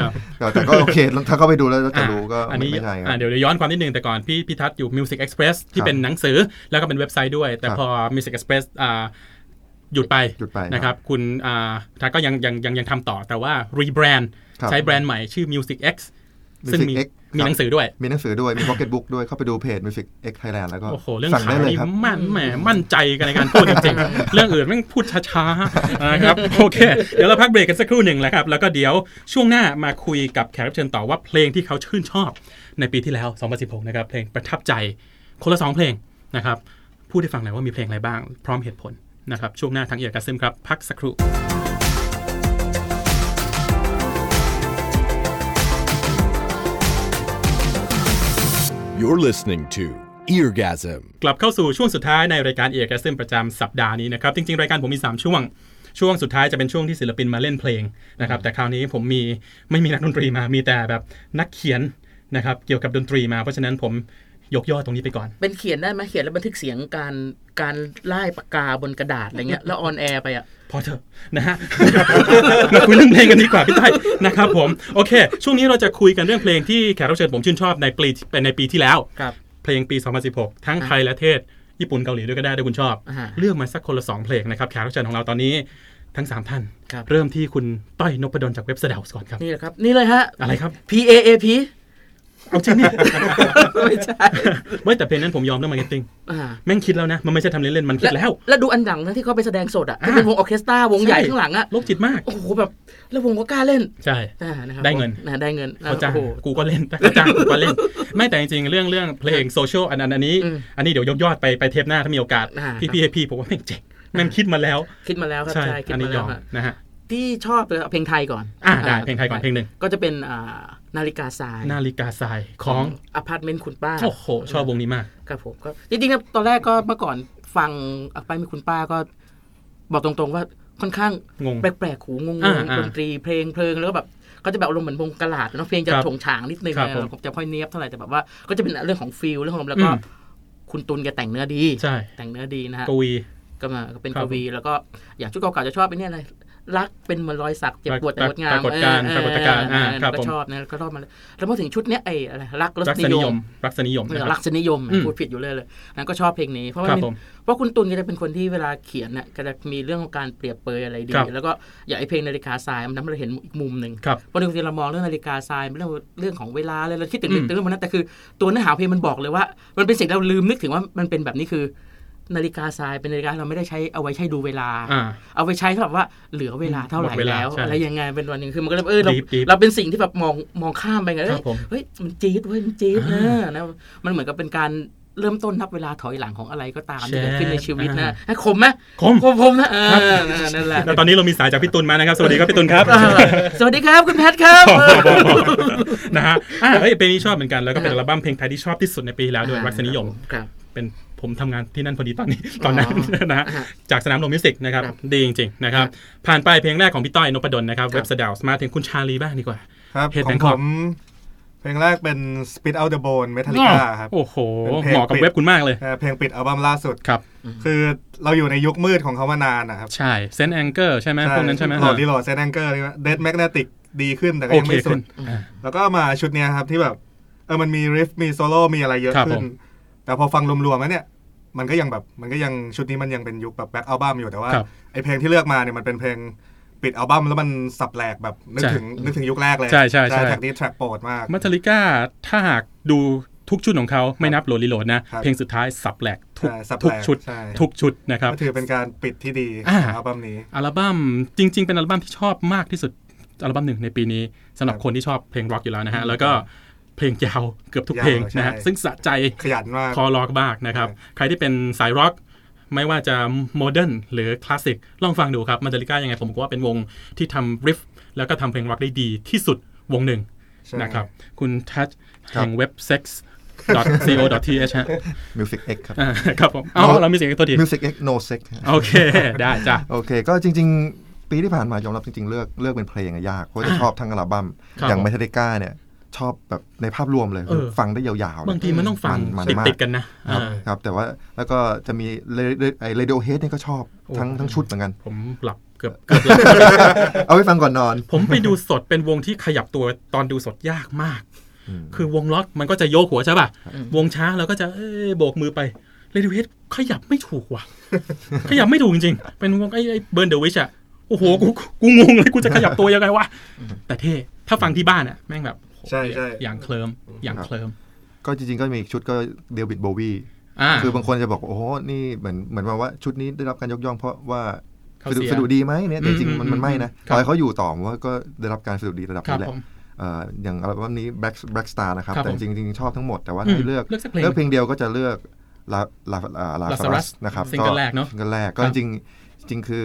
[SPEAKER 2] ครับ
[SPEAKER 3] แต่แต่ก็โอเคถ้าเข้าไปดูแล้วแล้วจะรู้ก็
[SPEAKER 2] อัน
[SPEAKER 3] ไม่
[SPEAKER 2] นี้
[SPEAKER 3] ไม่ใช่ค
[SPEAKER 2] อ่า
[SPEAKER 3] รับ
[SPEAKER 2] เดี๋ยวเดี๋ยวย้อนความนิดนึงแต่ก่อนพี่พี่ทัศน์อยู่ Music Express ที่
[SPEAKER 3] ครับ
[SPEAKER 2] เป็นหนังสือแล้วก็เป็นเว็บไซต์ด้วย แต่
[SPEAKER 3] ครับ
[SPEAKER 2] พอ Music Express อ่าหยุดไป
[SPEAKER 3] หยุดไป
[SPEAKER 2] นะครับ คุณอ่าทัศน์ก็ยังยังยังยังทำต่อแต่ว่ารีแบรนด์
[SPEAKER 3] ครับ
[SPEAKER 2] ใช้แบรนด์ใหม่ชื่อ Music X ซึ่งมี
[SPEAKER 3] Music X
[SPEAKER 2] มี
[SPEAKER 3] ครับ
[SPEAKER 2] หนังสือด้วย
[SPEAKER 3] มีหนังสือด้วย มีพ็อกเก็ตบุ๊กด้วยเข้าไปดูเพจมิวสิกเอ็กไทยแลนด์แล้วก็
[SPEAKER 2] โอ้โห เรื่อง
[SPEAKER 3] สั่ง
[SPEAKER 2] ขา
[SPEAKER 3] ได้
[SPEAKER 2] ว
[SPEAKER 3] เลย
[SPEAKER 2] นี่
[SPEAKER 3] ครับ
[SPEAKER 2] มั่นแหมมั่นใจกันในการพูดจริง ๆ เรื่องอื่นแม่งพูดช้าๆนะครับโอเค เดี๋ยวเราพักเบรกกันสักครู่หนึ่งแหละครับ แล้วก็เดี๋ยวช่วงหน้ามาคุยกับแขกรับเชิญต่อว่าเพลงที่เขาชื่นชอบในปีที่แล้ว 2016 นะครับ เพลงประทับใจคนละ 2 เพลงนะครับ พูดให้ฟังหน่อยว่ามีเพลงอะไรบ้าง พร้อมเหตุผลนะครับ ช่วงหน้าทางเอียร์กัสซึมครับพักสักครู่
[SPEAKER 1] You're listening to Eargasm.
[SPEAKER 2] กลับเข้าสู่ช่วงสุดท้ายในรายการเอกเซมประจำสัปดาห์นี้นะครับ จริง ๆ รายการผมมี 3 ช่วง ช่วงสุดท้ายจะเป็นช่วงที่ศิลปินมาเล่นเพลงนะครับ แต่คราวนี้ผมมีไม่มีนักดนตรีมามีแต่แบบนักเขียนนะครับ เกี่ยวกับดนตรีมาเพราะฉะนั้นผมยกย่อตรงนี้ไปก่อน
[SPEAKER 4] เป็นเขียนได้ไหมเขียนแล้วบันทึกเสียงการการไล่ปากกาบนกระดาษอะไรเงี้ยแล้วออนแอร์ไปอ่ะ
[SPEAKER 2] พอเถอะนะฮะ มาคุยเรื่องเพลงกันดีกว่าพี่ต้อยนะครับผมโอเค ช่วงนี้เราจะคุยกันเรื่องเพลงที่แขกรับเชิญผมชื่นชอบในปีในปีที่แล้ว
[SPEAKER 4] ครับ
[SPEAKER 2] เพลงปี 2016 ทั้งไทยและเทศ ญี่ปุ่นเกาหลีด้วยก็ได้ถ้าคุณชอบ
[SPEAKER 4] อ่าฮะ
[SPEAKER 2] เลือกมาสักคนละ 2 เพลงนะครับแขกรับเชิญของเราตอนนี้ทั้ง 3 ท่าน
[SPEAKER 4] ครับ
[SPEAKER 2] เริ่มที่คุณต้อยนพดลจากเว็บเสดาก่อนครับ
[SPEAKER 4] นี่แหละครับ นี่เลยฮะ
[SPEAKER 2] อะไรครับ
[SPEAKER 4] P A A P
[SPEAKER 2] เอาจริงนี่
[SPEAKER 4] ไม่ใช่
[SPEAKER 2] เว้ยแต่เพลงนั้นผมยอมเรื่องมาร์เก็ตติ้ง
[SPEAKER 4] อ่า
[SPEAKER 2] แม่งคิดแล้วนะ มันไม่ใช่ทำเล่นๆมันคิดแล้ว
[SPEAKER 4] แล้วดูอันดังนะที่เขาไปแสดงสดอ่ะที่เป็นวงออร์เคสตราวงใหญ่ข้างหลังอ่ะ
[SPEAKER 2] โลกจิตมาก
[SPEAKER 4] โอ้โหแบบแล้ววงก็กล้าเล่น
[SPEAKER 2] ใช่
[SPEAKER 4] อ่านะครับ
[SPEAKER 2] ได้เงิน
[SPEAKER 4] นะได้เงินนะ
[SPEAKER 2] เขาจ้าง
[SPEAKER 4] โอ้โห
[SPEAKER 2] กูก็เล่น ถ้าเขาจ้างกูก็เล่น ไม่แต่จริงๆ เรื่องเรื่องเพลงโซเชียลอันอันอันนี้
[SPEAKER 4] อืม
[SPEAKER 2] อันนี้เดี๋ยวยกยอดไปไปเทปหน้าถ้ามีโอกาส
[SPEAKER 4] อ่า
[SPEAKER 2] พี่พี่พี่ผมว่าแม่งเจ๋งแม่งคิดมาแล้ว
[SPEAKER 4] คิดมาแล้วครับ
[SPEAKER 2] ใช่
[SPEAKER 4] ใช่คิด
[SPEAKER 2] อัน
[SPEAKER 4] มา
[SPEAKER 2] นี้ย
[SPEAKER 4] แล้
[SPEAKER 2] อ
[SPEAKER 4] ว
[SPEAKER 2] ม
[SPEAKER 4] ฮะ
[SPEAKER 2] นะฮะ
[SPEAKER 4] ที่ชอบเลยเอาเพลงไทยก่อน
[SPEAKER 2] อ่าได้เพลงไทยก่อนเพลงหนึ่ง
[SPEAKER 4] ก็จะเป็นอ่านาฬิกาทราย
[SPEAKER 2] นาฬิกาทรายของ
[SPEAKER 4] อพาร์ตเมนต์คุณป้า
[SPEAKER 2] โอ้โหชอบวงนี้มาก
[SPEAKER 4] ครับผมก็จริงๆครับตอนแรกก็เมื่อก่อนฟังอพาร์ตเมนต์คุณป้าก็ บอกตรงๆว่าค่อนข้าง
[SPEAKER 2] งง
[SPEAKER 4] แปลกๆหูงง
[SPEAKER 2] อ่า
[SPEAKER 4] ๆ
[SPEAKER 2] อ่า
[SPEAKER 4] ดนตรีเพลงเพลิงแล้วก็แบบก็จะแบบอารมณ์เหมือนวงกลาดเนาะเพลงจะ
[SPEAKER 2] ครับ
[SPEAKER 4] โฉงฉางนิดนึง
[SPEAKER 2] ครับ
[SPEAKER 4] นะ
[SPEAKER 2] ผม
[SPEAKER 4] เราจะค่อยเนี้ยบเท่าไหร่แต่แบบว่า ก็จะเป็นเรื่องของฟิลเรื่องของแล้วก็
[SPEAKER 2] อืม
[SPEAKER 4] คุณตุลแกแต่งเนื้อดี
[SPEAKER 2] ใช่
[SPEAKER 4] แต่งเนื้อดีนะฮะ
[SPEAKER 2] กวี
[SPEAKER 4] ก็มาก็เป็น
[SPEAKER 2] ครั
[SPEAKER 4] ก
[SPEAKER 2] บ
[SPEAKER 4] วีแล้วก็อย่างชุดเก่าๆจะชอบไอ้เนี่ยอะไร รักเป็นเหมือนรอยสักเจ็บปวดแต่งดงาม
[SPEAKER 2] ปรากฏการณ์
[SPEAKER 4] เออ
[SPEAKER 2] ปรากฏการณ์อ่า
[SPEAKER 4] เออ
[SPEAKER 2] ครับ
[SPEAKER 4] ก็
[SPEAKER 2] ผม
[SPEAKER 4] ชอบนะก็ชอบมาเลยแล้วมาถึงชุดเนี้ยไอ้อะไรรักรส
[SPEAKER 2] รัก
[SPEAKER 4] นิ
[SPEAKER 2] ษนิ
[SPEAKER 4] ย
[SPEAKER 2] ย
[SPEAKER 4] ม
[SPEAKER 2] ม รักษนิยมนะค
[SPEAKER 4] ลั
[SPEAKER 2] รั
[SPEAKER 4] ก
[SPEAKER 2] บ
[SPEAKER 4] ษณนิยม
[SPEAKER 2] อืม
[SPEAKER 4] พูดผิดอยู่เลยเลยนั้นก็ชอบเพลงนี้ เพราะว่า
[SPEAKER 2] ครับ
[SPEAKER 4] มัน
[SPEAKER 2] ผม
[SPEAKER 4] เพราะคุณตุลก็จะเป็นคนที่เวลาเขียนน่ะก็จะมีเรื่องของการเปรียบเปรยอะไรดี
[SPEAKER 2] ครับ
[SPEAKER 4] แล้วก็อย่างไอเพลงนาฬิกาทรายมันทำให้เราเห็นอีกมุมหนึ่ง
[SPEAKER 2] ครับ
[SPEAKER 4] เพราะบางทีเรามองเรื่องนาฬิกาทรายเป็นเรื่องเรื่องของเวลาอะไรเราคิดถึง
[SPEAKER 2] อืม
[SPEAKER 4] เรื่องพวกนั้นแต่คือตัวเนื้อหาเพลงมันบอกเลยว่า มันเป็นสิ่งที่เราลืมนึกถึงว่ามันเป็นแบบนี้คือ นาฬิกาทรายเป็นนาฬิกาเราไม่ได้ใช้เอาไว้ใช้ดูเวลา
[SPEAKER 2] อ่า
[SPEAKER 4] เอาไปใช้สำหรับว่าเหลือเวลาเท่าไหร่
[SPEAKER 2] หมดเวลา
[SPEAKER 4] แล้ว
[SPEAKER 2] ใช่
[SPEAKER 4] อะไรยังไงเป็นวันหนึ่งคือมันก็เลยเออเรา
[SPEAKER 2] Deep, deep
[SPEAKER 4] เราเป็นสิ่งที่แบบมองมองข้ามไปไง
[SPEAKER 2] ค
[SPEAKER 4] เอ้
[SPEAKER 2] รั
[SPEAKER 4] ย
[SPEAKER 2] บผม
[SPEAKER 4] เฮ้ยมันจี๊ดเว้ยมันจี๊ด
[SPEAKER 2] อ่
[SPEAKER 4] นะนะ มันเหมือนกับเป็นการเริ่มต้นนับเวลาถอยหลังของอะไรก็ตามที่
[SPEAKER 2] แชร์
[SPEAKER 4] เกิดขึ้นในชีวิต
[SPEAKER 2] อ่า
[SPEAKER 4] นะให้คมไหม
[SPEAKER 2] คม
[SPEAKER 4] คมคมนะเออนั่นแหละ
[SPEAKER 2] แล้วตอนนี้เรามีสายจากพี่ตุลมานะครับ สวัสดีครับพี่ตุลครับ
[SPEAKER 4] เออสวัสดีครับคุณแพทครับเออ
[SPEAKER 2] นะฮะอ่ะเอ้ยเพลงนี้ชอบเหมือนกัน แล้วก็เป็นอัลบั้มเพลงไทยที่ชอบที่สุดในปีที่แล้วด้วย
[SPEAKER 4] อ่ารั
[SPEAKER 2] รักษนิยม
[SPEAKER 4] ครับ
[SPEAKER 2] เป็นผมทำงานที่นั่นพอดีตอนนี้ ตอนนั้น
[SPEAKER 4] อ๋อ
[SPEAKER 2] นะฮะ
[SPEAKER 4] อ่าฮะ
[SPEAKER 2] จากสนามหลวงมิวสิกนะครับ
[SPEAKER 4] ครับ
[SPEAKER 2] ดีจริงๆนะครับ
[SPEAKER 4] ครับ
[SPEAKER 2] ผ่านไปเพลงแรกของพี่ต้อยนพดลนะครับ
[SPEAKER 4] ครับ
[SPEAKER 2] เว็บสดาวมาถึงคุณชาลีบ้างดีกว่า
[SPEAKER 5] ครับ
[SPEAKER 2] เพจ
[SPEAKER 5] ขอ
[SPEAKER 2] Bangkok
[SPEAKER 5] งผมเพลงแรกเป็น Spit Out the Bone Metallica ครับ
[SPEAKER 2] โอ้โห
[SPEAKER 5] เป็นเพลง
[SPEAKER 2] เหมาะกับเว็บคุณมากเลย
[SPEAKER 5] เอ่อเพลงปิดอัลบั้มล่าสุด
[SPEAKER 2] ครับ
[SPEAKER 5] คือเราอยู่ในยุคมืดของเขามานานนะครับ
[SPEAKER 2] ใช่เซนแองเกอร์ใช่ไหมพวกนั้นใช่ไหม
[SPEAKER 5] หลอดดีโหลดเซนแองเกอร์นี่ว่าเดดแมกเนติกดีขึ้นแต่ก็
[SPEAKER 2] โอ
[SPEAKER 5] ยัง
[SPEAKER 2] เค
[SPEAKER 5] ไม่สุ
[SPEAKER 2] ขึ้
[SPEAKER 5] ด
[SPEAKER 2] นอ่า
[SPEAKER 5] แล้วก็มาชุดเนี้ยครับที่แบบเออมันมีริฟมีโซโล่มีอะไรเยอะ
[SPEAKER 2] ครับ
[SPEAKER 5] ขึ้
[SPEAKER 2] ผ
[SPEAKER 5] น
[SPEAKER 2] ม
[SPEAKER 5] แต่พอฟังรวมๆแล้วเนี่ยมันก็ยังแบบมันก็ยังชุดนี้มันยังเป็นยุคแบบแบ็คอัลบั้มอยู่แต่ว่า
[SPEAKER 2] ครับ
[SPEAKER 5] ไอเพลงที่เลือกมาเนี่ยมันเป็นเพลงปิดอัลบั้มแล้วมันสับแหลกแบบนึก
[SPEAKER 2] ใช่
[SPEAKER 5] ถึงนึกถึงยุคแรกเลย
[SPEAKER 2] ใช่ใช่ใช่
[SPEAKER 5] แท็กนี้แทร็กโปรดมาก
[SPEAKER 2] มัทลิก้าถ้าหากดูทุกชุดของเขาไม่นับโหลดรีโหลดนะ
[SPEAKER 5] ครับ
[SPEAKER 2] เพลงสุดท้ายสับแหลกทุก
[SPEAKER 5] ใช่สับแหลก
[SPEAKER 2] ทุกชุด
[SPEAKER 5] ใช่
[SPEAKER 2] ทุกชุดนะครับ
[SPEAKER 5] ก็ถือเป็นการปิดที่ดี
[SPEAKER 2] อ่า
[SPEAKER 5] ของอัลบั้มนี้
[SPEAKER 2] อัลบั้มจริง ๆ เป็นอัลบั้มที่ชอบมากที่สุดอัลบั้มหนึ่งในปีนี้สำหรับคนที่ชอบเพลงร็อกอยู่แล้วนะฮะ แล้วก็เพลงยาวเกือบทุกเพลง
[SPEAKER 5] ยาวใช่
[SPEAKER 2] นะฮะซึ่งสะใจ
[SPEAKER 5] ขยันมาก
[SPEAKER 2] คอร็อกมากนะครับ
[SPEAKER 5] ใช่
[SPEAKER 2] ใครที่เป็นสายร็อกไม่ว่าจะโมเดิร์นหรือคลาสสิกลองฟังดูครับมัทลิก้ายังไงผมก็ว่าเป็นวงที่ทำริฟแล้วก็ทำเพลงร็อกได้ดีที่สุดวงหนึ่ง
[SPEAKER 5] ใช่
[SPEAKER 2] นะครับ คุณทัช
[SPEAKER 3] ครับ
[SPEAKER 2] แห่งเว็บ sex co th ฮะ
[SPEAKER 3] Music X ครับ
[SPEAKER 2] อ่าครับผม เอาเรามีเสียงอีกตัวดี
[SPEAKER 3] Music X No Sex ฮะ
[SPEAKER 2] โอเค ได้จ้ะ
[SPEAKER 3] โอเค ก็จริง ๆ ปีที่ผ่านมายอมรับจริง ๆ เลือกเลือกเป็นเพลงอะยาก เพราะจะชอบทั้งอัลบั้ม
[SPEAKER 2] ครับ
[SPEAKER 3] อย่าง Metallica เนี่ยชอบแบบในภาพรวมเลย
[SPEAKER 2] เออ
[SPEAKER 3] ฟังได้ยาวๆเลย
[SPEAKER 2] บางทีมันต้องฟัง
[SPEAKER 3] มัน
[SPEAKER 2] ติด
[SPEAKER 3] มา
[SPEAKER 2] ติดๆกันนะครับ อ่า
[SPEAKER 3] ครับ แต่ว่าแล้วก็จะมีเรไอ้ Radiohead เนี่ยก็ชอบ
[SPEAKER 2] โอ้
[SPEAKER 3] ทั้งทั้งชุดเหมือนกัน
[SPEAKER 2] ผมหลับเกื อบเกือบหลับ
[SPEAKER 3] เอาไว้ฟังก่อนนอน
[SPEAKER 2] ผมไปดูสดเป็นวงที่ขยับตัวตอนดูสดยากมาก คือวงล็อกมันก็จะโยกหัวใช่ป่ะ วงช้าเราก็จะเอ้ยโบกมือไปเรดิเวทขยับไม่ถูกว่ะ ขยับไม่ถูกจริงๆ เป็นวงไอ้ไอ้เบิร์นเดอะวิชอะโอ้โหกูกูกูงงเลยกูจะขยับตัวยังไงวะ แต่เท่ถ้าฟังที่บ้านอะแม่งแบบโอ้โห
[SPEAKER 5] ใช่ใช่
[SPEAKER 2] อย่างเคลิมอย่างเคลิม
[SPEAKER 3] ก็จริง ๆ ก็มีอีกชุดก็เดวิดโบวี
[SPEAKER 2] อ่า
[SPEAKER 3] คือบางคนจะบอกว่าโอ้โหนี่เหมือนเหมือนว่าว่าชุดนี้ได้รับการยกย่องเพราะว่า
[SPEAKER 2] เขา
[SPEAKER 3] สะดุ
[SPEAKER 2] เสีย
[SPEAKER 3] สะดุดีไหมเนี่ยแต่จริง
[SPEAKER 2] อืม
[SPEAKER 3] ๆมันมันไม่นะ
[SPEAKER 2] ค
[SPEAKER 3] ต
[SPEAKER 2] รับ
[SPEAKER 3] อนเขาอยู่ต่อผมว่าก็ได้รับการสะดุดีระดับ
[SPEAKER 2] ครับ
[SPEAKER 3] นี้แหละ
[SPEAKER 2] ผม
[SPEAKER 3] เอ่ออย่างอัลบั้มนี้ Black Black Star นะครับ
[SPEAKER 2] ครับ
[SPEAKER 3] แต่
[SPEAKER 2] ผม
[SPEAKER 3] จริงๆจริงๆชอบทั้งหมดแต่ว่า
[SPEAKER 2] อืม
[SPEAKER 3] ถ้าเลือก
[SPEAKER 2] เลือกสักเพลง
[SPEAKER 3] เพลงเดียวก็จะเลือกลาลาลา
[SPEAKER 2] Lazarus
[SPEAKER 3] ซารัสนะครับ
[SPEAKER 2] ซิงเกิลแรกเนอะ
[SPEAKER 3] ซิงเกิลแรกก็
[SPEAKER 2] ครั
[SPEAKER 3] จ
[SPEAKER 2] บ
[SPEAKER 3] ริงๆจริงๆคือ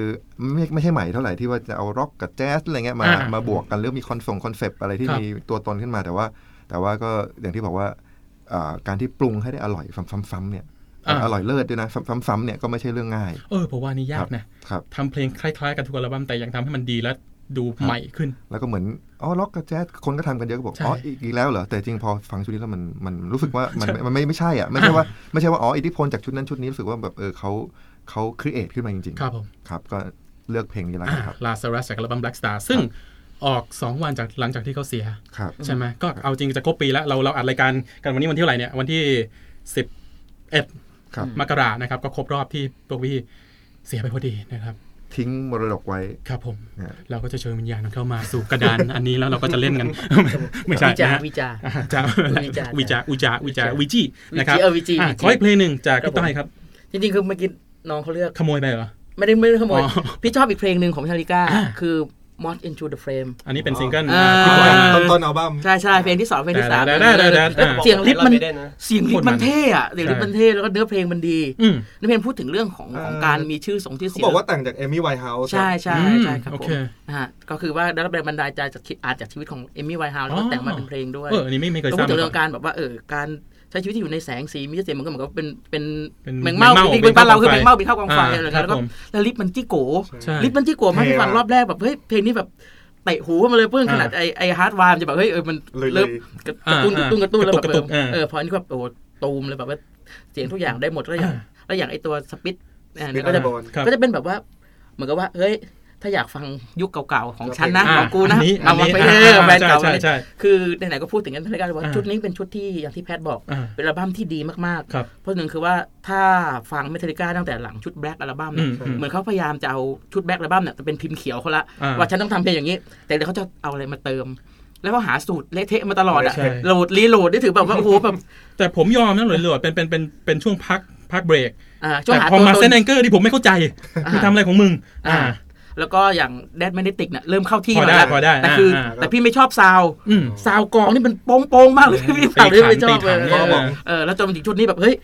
[SPEAKER 3] ไม่ไม่ใช่ใหม่เท่าไหร่ที่ว่าจะเอาร็อกกับแจ๊สอะไรเงี้ยมา
[SPEAKER 2] อ่าม
[SPEAKER 3] มาบวกกันหรือมีคอนส่งคอนเซปต์อะไรที่
[SPEAKER 2] ครับ
[SPEAKER 3] มีตัวตนขึ้นมาแต่ว่า แต่ว่าก็อย่างที่บอกว่าอ่าการที่ปรุงให้ได้อร่อยซ้ำๆๆเนี่ย
[SPEAKER 2] อ่า
[SPEAKER 3] อร่อยเลิศด้วยนะซ้ำๆๆเนี่ยก็ไม่ใช่เรื่องง่าย
[SPEAKER 2] เออผมว่านี่ยากนะครับ ทำเพลงคล้ายๆ กันทุกอัลบั้มแต่ยังทำให้มันดีและดู
[SPEAKER 3] ครับ
[SPEAKER 2] ใหม่ขึ้น
[SPEAKER 3] แล้วก็เหมือนอ๋อล็อกกับแจ๊สคนก็ทำกันเยอะก็บอก
[SPEAKER 2] ใช่
[SPEAKER 3] อ๋ออีกอีกแล้วเหรอแต่จริงพอฟังชุดนี้แล้วมันมันรู้สึกว่ามัน
[SPEAKER 2] ใช่
[SPEAKER 3] มันไม่ไม่ใช่อ่ะไม่ใช่ว่าไม่ใช่ว่าอ๋ออิทธิพลจากชุดนั้นชุดนี้รู้สึกว่าแบบเออเขาเขาครีเอทขึ้นมาจริงๆ
[SPEAKER 2] ครับผม
[SPEAKER 3] ครับ ก็เลือกเพลงนี้แล้ว
[SPEAKER 2] อ่า
[SPEAKER 3] กันครับ
[SPEAKER 2] ลาซารัสจากอัลบั้ม Black Star ซึ่งออก 2 วันจากหลังจากที่เขาเสีย
[SPEAKER 3] ครับ
[SPEAKER 2] ใช่ไหมก็เอาจริงจะครบปีแล้ว เราเราอัดรายการกันวันนี้วันที่เท่าไหร่เนี่ย วันที่
[SPEAKER 3] ครับ
[SPEAKER 2] 11 มกรานะครับ ก็ครบรอบที่พวกพี่เสียไปพอดีนะครับ
[SPEAKER 3] ทิ้งมรดกไว้
[SPEAKER 2] ครับผม
[SPEAKER 3] ฮะ
[SPEAKER 2] เราก็จะเชิญวิญญาณของเขามาสู่กระดาน อันนี้แล้วเราก็จะเล่นกัน ไม่ใช่
[SPEAKER 4] วิจาร
[SPEAKER 2] นะ
[SPEAKER 4] ณ์
[SPEAKER 2] ฮะ
[SPEAKER 4] วิจารณ์
[SPEAKER 2] อ่จ้า
[SPEAKER 4] วิจารณ์
[SPEAKER 2] วิจารณ์วิจารณ์วิจารณ์วิจิ
[SPEAKER 4] วิจิ
[SPEAKER 2] นะครับ
[SPEAKER 4] เออวิจิ
[SPEAKER 2] อ่ะ
[SPEAKER 4] วิจิ
[SPEAKER 2] ขออีกเพลงหนึ่งจาก
[SPEAKER 4] ครับ
[SPEAKER 2] พี่ต้อยครับ
[SPEAKER 4] จริงๆคือเมื่อกี้น้องเขาเลือก
[SPEAKER 2] ขโมยไปเหรอ
[SPEAKER 4] ไม่ได้ไม่ได้ขโมย
[SPEAKER 2] อ๋อ
[SPEAKER 4] พี่ชอบอีกเพลงหนึ่งของชาลิก้า
[SPEAKER 2] อ่า
[SPEAKER 4] คือ Moth into the Frame
[SPEAKER 2] อันนี้เป็นซิงเกิล
[SPEAKER 4] อ่า
[SPEAKER 2] ที่ปล่อยมา
[SPEAKER 5] ต้นต้นอัลบั้ม
[SPEAKER 4] ใช่ใช่เพลงที่สองเพลงที่สาม
[SPEAKER 2] ได้ได้ได้ได้ได้
[SPEAKER 4] เสียงลิปมัน
[SPEAKER 6] ไม่ได้นะ
[SPEAKER 4] เสียงลิปมันเท่อะเสียงลิปมันเท่แล้วก็เนื้อเพลงมันดี
[SPEAKER 2] อืม
[SPEAKER 4] เนื้อเพลงพูดถึงเรื่องของของการ
[SPEAKER 5] เออ
[SPEAKER 4] มีชื่อสงที่
[SPEAKER 5] เขา
[SPEAKER 4] เสียง
[SPEAKER 5] บอกว่าแต่งจากเอมี่ไวท์เฮาส์
[SPEAKER 4] ใช่ใช่
[SPEAKER 2] อืม
[SPEAKER 4] ใช่ครับ
[SPEAKER 2] โอ
[SPEAKER 4] ผ
[SPEAKER 2] เค
[SPEAKER 4] มนะฮะก็คือว่าได้รับแรงบันดาลใจจากคิดอาจจากชีวิตของเอมี่ไวท์เฮาส์แล้ว
[SPEAKER 2] อ๋
[SPEAKER 4] ก็
[SPEAKER 2] อ
[SPEAKER 4] แต่งมาเป็นเพลงด้วย
[SPEAKER 2] เอออันนี้ไม่ไม่เคย
[SPEAKER 4] แล้ว
[SPEAKER 2] ทราบ
[SPEAKER 4] พูดถึ
[SPEAKER 2] มา
[SPEAKER 4] งเรื่
[SPEAKER 2] ก่
[SPEAKER 4] อ
[SPEAKER 2] อน
[SPEAKER 4] งการแบบว่าเออการใช้ชีวิตที่อยู่ในแสงสีมีเสียงมันก็เหมือนกับเป็นเป็น
[SPEAKER 2] เป็น
[SPEAKER 4] แมงเม่า
[SPEAKER 2] แมงเม่า
[SPEAKER 4] ที่เป็นบ้านเราคือ
[SPEAKER 2] แม
[SPEAKER 4] แม
[SPEAKER 2] ง
[SPEAKER 4] ง
[SPEAKER 2] เม่า
[SPEAKER 4] เม่าบินเข้ากองไฟ
[SPEAKER 2] อ่า
[SPEAKER 4] อะไรอย่างเงี้ยแล้ว
[SPEAKER 2] ค
[SPEAKER 4] ก็
[SPEAKER 2] รับผม
[SPEAKER 4] แล้วลิปมันจี้โก
[SPEAKER 2] ใช่
[SPEAKER 4] ลิปมันที่โกะมากที่ฟังรอบแรกแบบเฮ้ยเพลงนี้แบบเตะหูมาเลยเพื่อน
[SPEAKER 2] อ่า
[SPEAKER 4] ขนาดไอไอฮาร์ดวามจะแบบเฮ้ยเออมัน
[SPEAKER 5] เลย
[SPEAKER 4] เริ่มกระ
[SPEAKER 2] อ่าก
[SPEAKER 4] ตุ้นกระตุ้นกระตุ้นแล้วแบบ
[SPEAKER 2] กระตุกกระตุก
[SPEAKER 4] เอ
[SPEAKER 2] เออ
[SPEAKER 4] อเออพออันนี้ก็โอ้โหตูมเลยแบบว่าเสียงทุกอย่างได้หมดแล้วอย่างแล้วอย่างไอตัวสปิตเนี่ย
[SPEAKER 5] Spit
[SPEAKER 4] ก็จะ
[SPEAKER 5] Out the Bone
[SPEAKER 2] ครับ
[SPEAKER 4] ก็จะเป็นแบบว่า เหมือนกับว่าเฮ้ย ถ้าอยากฟังยุคเก่าๆของ
[SPEAKER 5] ครับ
[SPEAKER 4] ฉันนะ
[SPEAKER 2] อ่า
[SPEAKER 4] ของกูนะ
[SPEAKER 2] อันนี้
[SPEAKER 4] เอามา
[SPEAKER 2] อันนี้
[SPEAKER 4] ไปเออแบรนด์เก่า
[SPEAKER 2] ใช่ใช่ใช่
[SPEAKER 4] คือไหนๆก็พูดถึงกันในรายการเลยว่า
[SPEAKER 2] อ่า
[SPEAKER 4] ชุดนี้เป็นชุดที่อย่างที่แพทย์บอก
[SPEAKER 2] อ่า
[SPEAKER 4] เป็นอัลบั้มที่ดีมาก
[SPEAKER 2] ครับ
[SPEAKER 4] ๆ เพราะหนึ่งคือว่าถ้าฟังเมทัลิก้าตั้งแต่หลังชุดแบล็กอัลบั้มเนี่ย
[SPEAKER 2] อืมอืม
[SPEAKER 4] เหมือนเขาพยายามจะเอาชุดแบล็กอัลบั้มเนี่ยจะเป็นพิมพ์เขียวเขาละ
[SPEAKER 2] อ่า
[SPEAKER 4] ว่าฉันต้องทำเพลงอย่างนี้ แต่เดี๋ยวเขาจะเอาอะไรมาเติม แล้วก็หาสูตรเละเทะมาตลอดอะ
[SPEAKER 2] ใช่
[SPEAKER 4] โหลดรีโหลดนี่ถือแบบว่าโอ้โหแบบ
[SPEAKER 2] แต่ผมยอมนะหรือหรือเป็นเป็นเป็นเป็นช่วงพักพักเบรก
[SPEAKER 4] อ่าช่วง
[SPEAKER 2] แต่
[SPEAKER 4] หา
[SPEAKER 2] พอ
[SPEAKER 4] ตัว
[SPEAKER 2] มา
[SPEAKER 4] ต
[SPEAKER 2] เส้น
[SPEAKER 4] น
[SPEAKER 2] แองเกอร์ที่ผมไม่เข้าใจ
[SPEAKER 4] อ่า
[SPEAKER 2] คือทำอะไรของมึง
[SPEAKER 4] อ่า
[SPEAKER 2] อ่า
[SPEAKER 4] แล้วก็อย่างแดดแมเนติกเนี่ยเริ่มเข้าที่
[SPEAKER 2] พอได้
[SPEAKER 4] หน่ยละ
[SPEAKER 2] พอได้
[SPEAKER 4] แต่คืออา
[SPEAKER 2] อ่า
[SPEAKER 4] แต่พี่ไม่ชอบซาวด์
[SPEAKER 2] อืม
[SPEAKER 4] ซาวด์กลองนี่มันโป้งโป้งๆมากเลยพี่
[SPEAKER 2] ตี
[SPEAKER 4] สาวนี่ไม่ช
[SPEAKER 2] ถัง
[SPEAKER 4] อบ
[SPEAKER 2] ตีถั
[SPEAKER 4] เลย
[SPEAKER 2] ง
[SPEAKER 4] เขาบอกเออแล้วจนถึงชุดนี้แบบเฮ้ย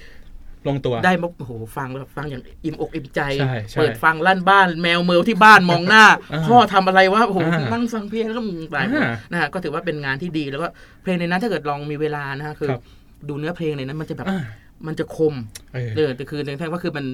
[SPEAKER 2] ลงตัว
[SPEAKER 4] ได้มาโอ้โหฟังแล้วฟังอย่างอิ่มอกอิ่มใจ
[SPEAKER 2] ใช่ใช่
[SPEAKER 4] เปิดฟังลั่นบ้านแมวเมลที่บ้านมองหน้า
[SPEAKER 2] อ่า
[SPEAKER 4] พ่อทำอะไรวะโอ้โห
[SPEAKER 2] อ่านั่
[SPEAKER 4] นั่งฟังเพลงแล้วก็มึงไป
[SPEAKER 2] อ่า
[SPEAKER 4] นะฮะก็ถือว่าเป็นงานที่ดีแล้วก็เพลงในนั้นถ้าเกิดลองมีเวลานะฮะคือ
[SPEAKER 2] ครับ
[SPEAKER 4] ดูเนื้อเพลงในนั้นมันจะแบบ
[SPEAKER 2] อ่า
[SPEAKER 4] มันจะคม
[SPEAKER 2] เออ
[SPEAKER 4] เออแต่คือในแท่งว่าคือมัน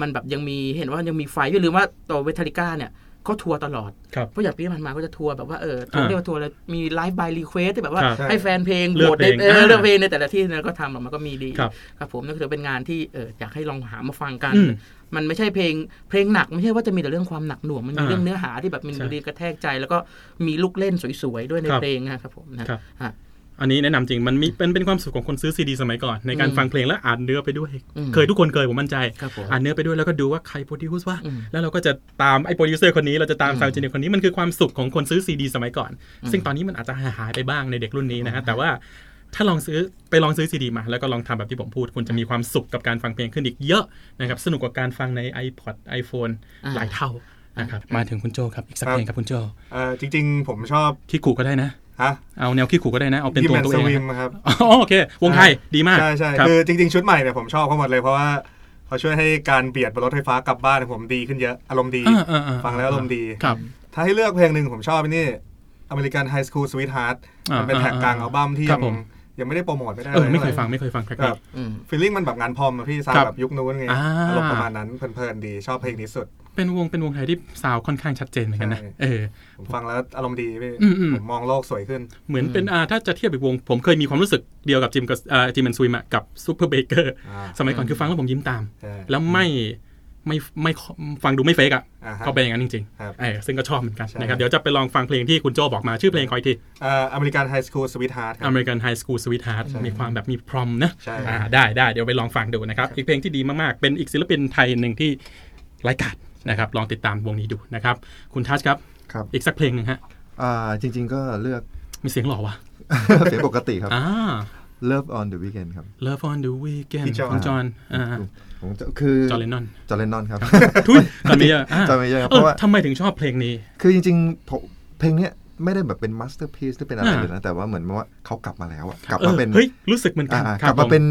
[SPEAKER 4] มันแบบยังมีเห็นว่ายังมีไฟอย่าลืมว่าตัวเวทาลิก้าเนี่ยเขาทัวร์ตลอด
[SPEAKER 2] ครับ
[SPEAKER 4] เพราะอย่างปีที่ผ่านมาก็จะทัวร์แบบว่าเออทัวร์
[SPEAKER 2] อ่า
[SPEAKER 4] เรียกว่าทัวร์อะไรมีไลฟ์บายรีเควสแบบว่า
[SPEAKER 2] ครับ
[SPEAKER 4] ให้แฟนเพลง
[SPEAKER 2] เลื
[SPEAKER 4] โหว
[SPEAKER 2] อก
[SPEAKER 4] ตใน
[SPEAKER 2] เพลง
[SPEAKER 4] เออ
[SPEAKER 2] อ่า
[SPEAKER 4] เลือกเพลงในแต่ละที่แล้วก็ทำออกมาก็มีดี
[SPEAKER 2] ครับ
[SPEAKER 4] ครับผมนั่นคือเป็นงานที่เอออยากให้ลองหามาฟังกัน
[SPEAKER 2] อืม
[SPEAKER 4] มันไม่ใช่เพลงเพลงหนัก ไม่ใช่ว่าจะมีแต่เรื่องความหนักหน่วงมันมี
[SPEAKER 2] อ่า
[SPEAKER 4] เรื่องเนื้อหาที่แบบมัน
[SPEAKER 2] ใช่
[SPEAKER 4] ดีกระแทกใจ แล้วก็มีลูกเล่นสวยๆด้วยใน
[SPEAKER 2] ครับ
[SPEAKER 4] เพลงนะครับผมนะครับ อ่ะ
[SPEAKER 2] อันนี้แนะนำจริงมันมีเป็นเป็นความสุขของคนซื้อซีดีสมัยก่อน ในการ
[SPEAKER 4] อืม
[SPEAKER 2] ฟังเพลงแล้วอ่านเนื้อไปด้วย
[SPEAKER 4] อืม
[SPEAKER 2] เคยทุกคนเคยผมมั่นใจ
[SPEAKER 4] ครับผม
[SPEAKER 2] อ่านเนื้อไปด้วยแล้วก็ดูว่าใครโปรดิวซ์ว่า
[SPEAKER 4] อืม
[SPEAKER 2] แล้วเราก็จะตามไอ้โปรดิวเซอร์คนนี้เราจะตาม
[SPEAKER 4] อืม
[SPEAKER 2] ซาวด์เจเนียคนนี้มันคือความสุขของคนซื้อซีดีสมัยก่อน ซึ่งตอนนี้มันอาจจะหายไปบ้างในเด็กรุ่นนี้นะฮะแต่ว่าถ้าลองซื้อไปลองซื้อซีดีมาแล้วก็ลองทำแบบที่ผมพูด คุณจะมีความสุขกับการฟังเพลงขึ้นอีกเยอะนะครับสนุกกว่าการฟังใน iPod iPhone
[SPEAKER 4] อ่า
[SPEAKER 2] หลายเท่านะครับมาถึงคุณโจครับอีกสัก
[SPEAKER 5] ครับ
[SPEAKER 2] เพลงครับคุณโจ
[SPEAKER 5] อ่าจริง ๆ ผมชอบ
[SPEAKER 2] คิกูก็ได้นะ
[SPEAKER 5] ฮะ
[SPEAKER 2] เอาแนวคิกูก็ได้นะเอาเป็น
[SPEAKER 5] ยิม
[SPEAKER 2] ตัวตัว
[SPEAKER 5] แอนส
[SPEAKER 2] เอง
[SPEAKER 5] วิ
[SPEAKER 2] นะ
[SPEAKER 5] มครับ
[SPEAKER 2] อ๋อโอเควงไทยดีมาก
[SPEAKER 5] ใช่ใช่
[SPEAKER 2] ครับ
[SPEAKER 5] คือจริง ๆ ชุดใหม่เนี่ยผมชอบเขาหมดเลยเพราะว่าเขาช่วยให้การเบียดบนรถไฟฟ้ากลับบ้านของผมดีขึ้นเยอะอารมณ์ดี
[SPEAKER 2] อ่าอ่าอ่า
[SPEAKER 5] ฟังแล้วอารมณ์ดี
[SPEAKER 2] ครับ
[SPEAKER 5] ถ้าให้เลือกเพลงหนึ่งผมชอบไอ้นี่ American High School Sweetheart
[SPEAKER 2] อ่า
[SPEAKER 5] มันเป็นแท็กกลางอัลบั้มที่
[SPEAKER 2] ครั
[SPEAKER 5] ยั
[SPEAKER 2] บ
[SPEAKER 5] ง
[SPEAKER 2] ผม
[SPEAKER 5] ยังไม่ได้โปรโมทไม่ได้
[SPEAKER 2] เออ
[SPEAKER 5] ล
[SPEAKER 2] ไม่เคยฟังไม่เคยฟังแท็ก
[SPEAKER 5] แบ
[SPEAKER 2] นี้
[SPEAKER 5] บ
[SPEAKER 4] อืม
[SPEAKER 5] ฟีลลิ่งมันแบบงานพอมอะพี่ซาว
[SPEAKER 2] ครับ
[SPEAKER 5] แบบยุคนู้นไง
[SPEAKER 2] อ่า
[SPEAKER 5] อารมณ์ประมาณนั้นเพลินๆดีชอบเพลงนี้สุด
[SPEAKER 2] เป็นวงเป็นวงไทยที่ซาวด์ค่อนข้างชัดเจนเหมือนกันนะ
[SPEAKER 5] ใช่
[SPEAKER 2] เออ
[SPEAKER 5] ผมฟังแล้วอารมณ์ดีพี่
[SPEAKER 2] อืมอืม
[SPEAKER 5] ผมมองโลกสวยขึ้น
[SPEAKER 2] เหมือนเป็นอ่าถ้าจะเทียบอีกวง ผมเคยมีความรู้สึกเดียวกับจิมกับอ่าจิมแอนซุยมะกับซูเปอร์เบเกอร์
[SPEAKER 5] อ่า
[SPEAKER 2] สมัยก่อนคือฟังแล้วผมยิ้มตาม
[SPEAKER 5] ใช่
[SPEAKER 2] แล้วไม่ไม่ไม่ฟังดูไม่เฟกอ่ะ
[SPEAKER 5] อ่าฮะ
[SPEAKER 2] เขาเป็นอย่างนั้นจริง
[SPEAKER 5] ครับ
[SPEAKER 2] ๆเออซึ่งก็ชอบเหมือนกัน
[SPEAKER 5] ใช่
[SPEAKER 2] นะครับเดี๋ยวจะไปลองฟังเพลงที่คุณโจบอกมาชื่อเพลงคอยที
[SPEAKER 5] เอ่อ American High School Sweetheart ครับ
[SPEAKER 2] American High School Sweetheart มีความแบบมีพรอมนะ
[SPEAKER 5] ใช่
[SPEAKER 2] อ่าได้ได้เดี๋ยวไปลองฟังดูนะครับ อีกเพลงที่ดีมากๆ เป็นอีกศิลปินไทยหนึ่งที่ไร้กาดนะครับ ลองติดตามวงนี้ดูนะครับ คุณทัชครับ
[SPEAKER 3] ครับ
[SPEAKER 2] อีกสักเพลงหนึ่งฮะ
[SPEAKER 3] อ่าจริง ๆ ก็เลือก
[SPEAKER 2] มีเสียงหล่อวะ
[SPEAKER 3] เสียงปกติครับ
[SPEAKER 2] อ่า
[SPEAKER 3] Love on the weekend ครับ
[SPEAKER 2] Love on the Weekend
[SPEAKER 5] พี่จอห์น
[SPEAKER 2] ของจอห์นอ่า
[SPEAKER 3] ผมจะคือ
[SPEAKER 2] จอห์นเลนนอน
[SPEAKER 3] จอห์นเลนนอนครับ
[SPEAKER 2] ทุยจอห์นเมเยอร์า
[SPEAKER 3] จอห์นเมเยอร์ครับ
[SPEAKER 2] เอ
[SPEAKER 3] เพราะ
[SPEAKER 2] อ
[SPEAKER 3] ว่า
[SPEAKER 2] ทำไมถึงชอบเพลงนี้
[SPEAKER 3] คือจริงๆผมเพลงเนี้ยไม่ได้แบบเป็นมาสเตอร์เพ e หรือเป็นอะไร
[SPEAKER 2] อ่า
[SPEAKER 3] เลยนะ แต่ว่าเหมือนว่าเขากลับมาแล้วอะกลับ
[SPEAKER 2] เอ
[SPEAKER 3] มา
[SPEAKER 2] อ
[SPEAKER 3] เป็น
[SPEAKER 2] เฮ้ย รู้สึกเหมือนกัน
[SPEAKER 3] อ่า
[SPEAKER 2] ค
[SPEAKER 3] ก
[SPEAKER 2] รั
[SPEAKER 3] ลั
[SPEAKER 2] บบ
[SPEAKER 3] มา
[SPEAKER 2] ผม
[SPEAKER 3] เป็น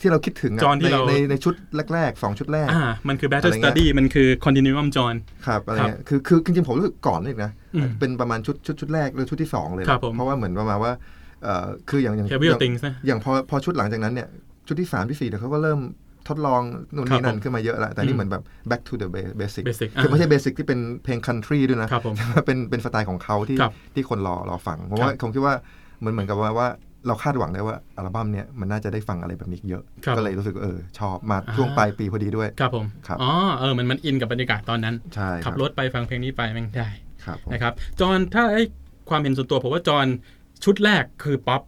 [SPEAKER 3] ที่เราคิดถึงอะ
[SPEAKER 2] จอห์นที่
[SPEAKER 3] ใน
[SPEAKER 2] เรา
[SPEAKER 3] ในในชุดแรกๆสองชุดแรก
[SPEAKER 2] อ่า มันคือ
[SPEAKER 3] อะ
[SPEAKER 2] Better
[SPEAKER 3] ไรเงี้ย
[SPEAKER 2] Study มันคือ Continuum John
[SPEAKER 3] ครับอะไร
[SPEAKER 2] ครับ
[SPEAKER 3] เงี้ยคือคือจริงๆผมรู้สึกก่อนเลยนะ
[SPEAKER 2] อืม
[SPEAKER 3] เป็นประมาณชุดชุดชุดแรกหรือชุดที่สองเลยนะครับ
[SPEAKER 2] ผม
[SPEAKER 3] เพราะว่าเหมือนประมาณว่าเอ่อคืออย่างอย่าง
[SPEAKER 2] Heavy
[SPEAKER 3] อย่าง
[SPEAKER 2] Things นะ
[SPEAKER 3] อย่างพอพอชุดหลังจากนั้นเนี่ย ชุดที่สามที่สี่เดี๋ยวเขาก็เริ่มทดลองนู่น
[SPEAKER 2] ครับ
[SPEAKER 3] นี่นั่นขึ้นมาเยอะละแต่
[SPEAKER 2] อื
[SPEAKER 3] นี่
[SPEAKER 2] ม
[SPEAKER 3] เหมือนแบบ back to the ba- basic
[SPEAKER 2] basic
[SPEAKER 3] คือไม่
[SPEAKER 2] อ่า
[SPEAKER 3] ใช่ basic ที่เป็นเพลง country ด้วยนะครับ
[SPEAKER 2] ผม
[SPEAKER 3] แต่ ว่าเป็นเป็นสไตล์ของเขาที่
[SPEAKER 2] ครับ
[SPEAKER 3] ที่คนรอรอฟังผม
[SPEAKER 2] ครับ
[SPEAKER 3] ว่าผมคิดว่าเหมือนเหมือนกับว่าว่าเราคาดหวังได้ว่าอัลบั้มเนี้ยมันน่าจะได้ฟังอะไรแบบนี้เยอะ
[SPEAKER 2] ครับ
[SPEAKER 3] ก็เลยรู้สึกเออชอบมาช่วงปลายปีพอดีด้วย
[SPEAKER 2] ครับผม
[SPEAKER 3] ครับ
[SPEAKER 2] อ๋อเออมันมันอินกับบรรยากาศตอนนั้น
[SPEAKER 3] ใช่ครับ
[SPEAKER 2] ขับรถไปฟังเพลงนี้ไปแม่งได้
[SPEAKER 3] ครับผม
[SPEAKER 2] นะครับจอห์นถ้าให้ความเห็นส่วนตัวผมว่าจอห์นชุดแรกคือป๊อป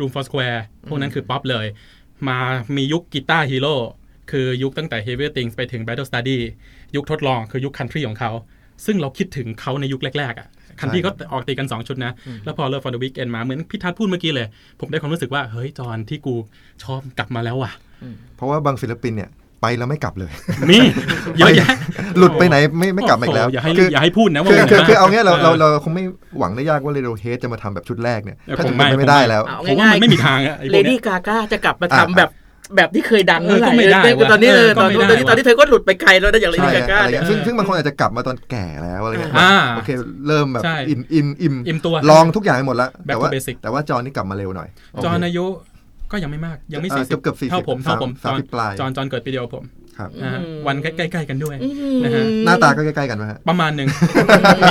[SPEAKER 2] รูมฟอร์สแควร์พวกนั้นคือป๊อปเลย มามียุคกีตาร์ฮีโร่คือยุคตั้งแต่ Heavy Things ไปถึง Battle Study ยุคทดลองคือยุคคันทรีของเขา ซึ่งเราคิดถึงเขาในยุคแรก ๆ อ่ะ คันทรีก็ออกตีกัน 2 ชุดนะ แล้วพอเลิฟฟอนด e วิกเอนมาเหมือนพี่ทัศน์พูดเมื่อกี้เลย ผมได้ความรู้สึกว่า เฮ้ย จอห์นที่กูชอบกลับมาแล้วว่ะ
[SPEAKER 3] เพราะว่าบางศิลปินเนี่ยไปแล้วไม่กลับเลย
[SPEAKER 2] มีเยอะแยะ
[SPEAKER 3] หลุดไปไหนไม่ไม่กลับมาอีกแล้ว
[SPEAKER 2] โโหอย่าให้
[SPEAKER 3] คื
[SPEAKER 2] อย่าให้พูดนะว่า
[SPEAKER 3] คือ
[SPEAKER 2] มัน
[SPEAKER 3] คือ
[SPEAKER 2] มก
[SPEAKER 3] คือเอาเงี้ยเราเราเราคงไม่หวังได้ยากว่าเรโดเฮดจะมาทำแบบชุดแรกเนี่ย
[SPEAKER 2] เออ
[SPEAKER 3] ถ้า
[SPEAKER 2] ค
[SPEAKER 3] ถึ
[SPEAKER 2] ง
[SPEAKER 3] ง
[SPEAKER 2] ไม่
[SPEAKER 3] มันไม่ได้แล้ว
[SPEAKER 4] เอา
[SPEAKER 2] ผมว่า
[SPEAKER 4] ง่าย
[SPEAKER 2] มัน
[SPEAKER 4] ๆ
[SPEAKER 2] ไม่มีทางอะไอ้พ
[SPEAKER 4] เล
[SPEAKER 2] วกเนี้ย
[SPEAKER 4] ดี้กาก้าจะกลับมา
[SPEAKER 3] อ่า
[SPEAKER 4] ทำแบบแบบที่เคยดัง
[SPEAKER 2] เออก็ไม่ได้
[SPEAKER 4] เออ
[SPEAKER 2] ว่ะ
[SPEAKER 4] ตอนนี้เออ
[SPEAKER 2] เออก็
[SPEAKER 4] ตอน
[SPEAKER 2] ไม่
[SPEAKER 4] นี้ต
[SPEAKER 2] ได้
[SPEAKER 4] อนนี้ตอนนี้เธอก็หลุดไปไกลแล้วนะอย่างเล
[SPEAKER 3] ใช่
[SPEAKER 4] ดี้กาก้า
[SPEAKER 3] อะไร
[SPEAKER 4] เนี่ย
[SPEAKER 3] เงี้ยซึ่งซึ่งบางคนอาจจะกลับมาตอนแก่แล้วอะไรเงี้ย
[SPEAKER 2] อ่า
[SPEAKER 3] โอเคเริ่มแบบ
[SPEAKER 2] ใช่
[SPEAKER 3] อินอินอิ่ม
[SPEAKER 2] อิ่มตัว
[SPEAKER 3] ลองทุกอย่างไปหมดแล้ว
[SPEAKER 2] Back to
[SPEAKER 3] แต่ว่า
[SPEAKER 2] basic
[SPEAKER 3] แต่ว่าจอนี่กลับมาเร็วหน่อย
[SPEAKER 2] จอห์น
[SPEAKER 3] โเค
[SPEAKER 2] อายุก็ยังไม่มากยังไม่
[SPEAKER 3] เอ่
[SPEAKER 2] สี่
[SPEAKER 3] อ
[SPEAKER 2] สิบ
[SPEAKER 3] เกือบๆ40
[SPEAKER 2] เท่าผมเท่าผมจ
[SPEAKER 3] สา
[SPEAKER 2] อ
[SPEAKER 3] ม
[SPEAKER 2] ห์น
[SPEAKER 3] สิบปลาย
[SPEAKER 2] จอห์นจอห์นเกิดปีเดียวผม
[SPEAKER 3] ครับ
[SPEAKER 2] นะฮะวันใกล้ๆกันด้วยนะฮะ
[SPEAKER 3] หน้าตาก็ใกล้ๆกันไหมฮะ
[SPEAKER 2] ประมาณหนึ่ง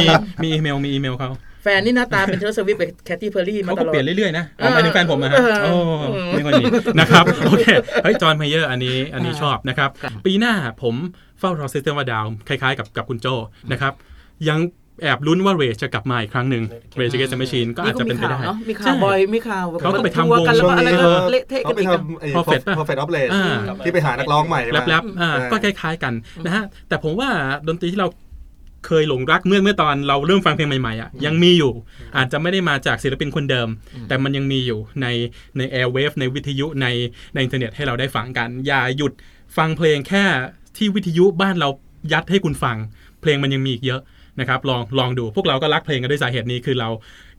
[SPEAKER 2] มีมีอีเมลมีอีเมลเขา
[SPEAKER 4] แฟนนี่หน้าตาเป็นเทอร์สวิฟต์กับแคทตี้เพอร์รี่มา
[SPEAKER 2] เขา
[SPEAKER 4] ต
[SPEAKER 2] ก็
[SPEAKER 4] ลอ
[SPEAKER 2] เปลี่ย
[SPEAKER 4] ด
[SPEAKER 2] นเรื่อยๆนะเอาไปถึงแฟนผมอะฮะ
[SPEAKER 4] เออ
[SPEAKER 2] โอ้ไม่ค่อยหนีนะครับโอเคเฮ้ยจอห์นเมเยอร์อันนี้อันนี้ชอบนะครับ ปีหน้าผมเฝ้ารอซิสเตอร์วาดาวคล้ายๆกับกับคุณโจนะครับ ยังแอบลุ้นว่าเรจจะกลับมาอีกครั้งหนึ่งเรจเกสม i ชีนก็อาจจะเป็นไปได้
[SPEAKER 4] เนาะมีข่าวบ่อยมีข่าว
[SPEAKER 2] เขาก็ไปทำวง
[SPEAKER 4] วกันแล้ว
[SPEAKER 5] ช่ว
[SPEAKER 4] ก็
[SPEAKER 5] ง
[SPEAKER 4] อะไร
[SPEAKER 5] นี้
[SPEAKER 4] ก็เละเทะกัน
[SPEAKER 5] เขาไป
[SPEAKER 4] อีกอะ
[SPEAKER 5] ทำไอ้
[SPEAKER 2] Prophet ป่ะ
[SPEAKER 5] Prophet of
[SPEAKER 2] อ่า
[SPEAKER 5] Late ที่ไปหานักร้องใหม่มา
[SPEAKER 2] แรปๆอ่า
[SPEAKER 5] ใช่
[SPEAKER 2] ก็คล้ายๆกันนะฮะ แต่ผมว่าดนตรีที่เราเคยหลงรักเมื่อเมื่อตอนเราเริ่มฟังเพลงใหม่ๆอ่ะยังมีอยู่ อาจจะไม่ได้มาจากศิลปินคนเดิม แต่มันยังมีอยู่ในในแอร์เวฟในวิทยุในในอินเทอร์เน็ตให้เราได้ฟังกัน อย่าหยุดฟังเพลงแค่ที่วิทยุบ้านเรายัดให้คุณฟัง เพลงมันยังมีอีกเยอะนะครับ ลองลองดูพวกเราก็รักเพลงกันด้วยสาเหตุนี้คือเรา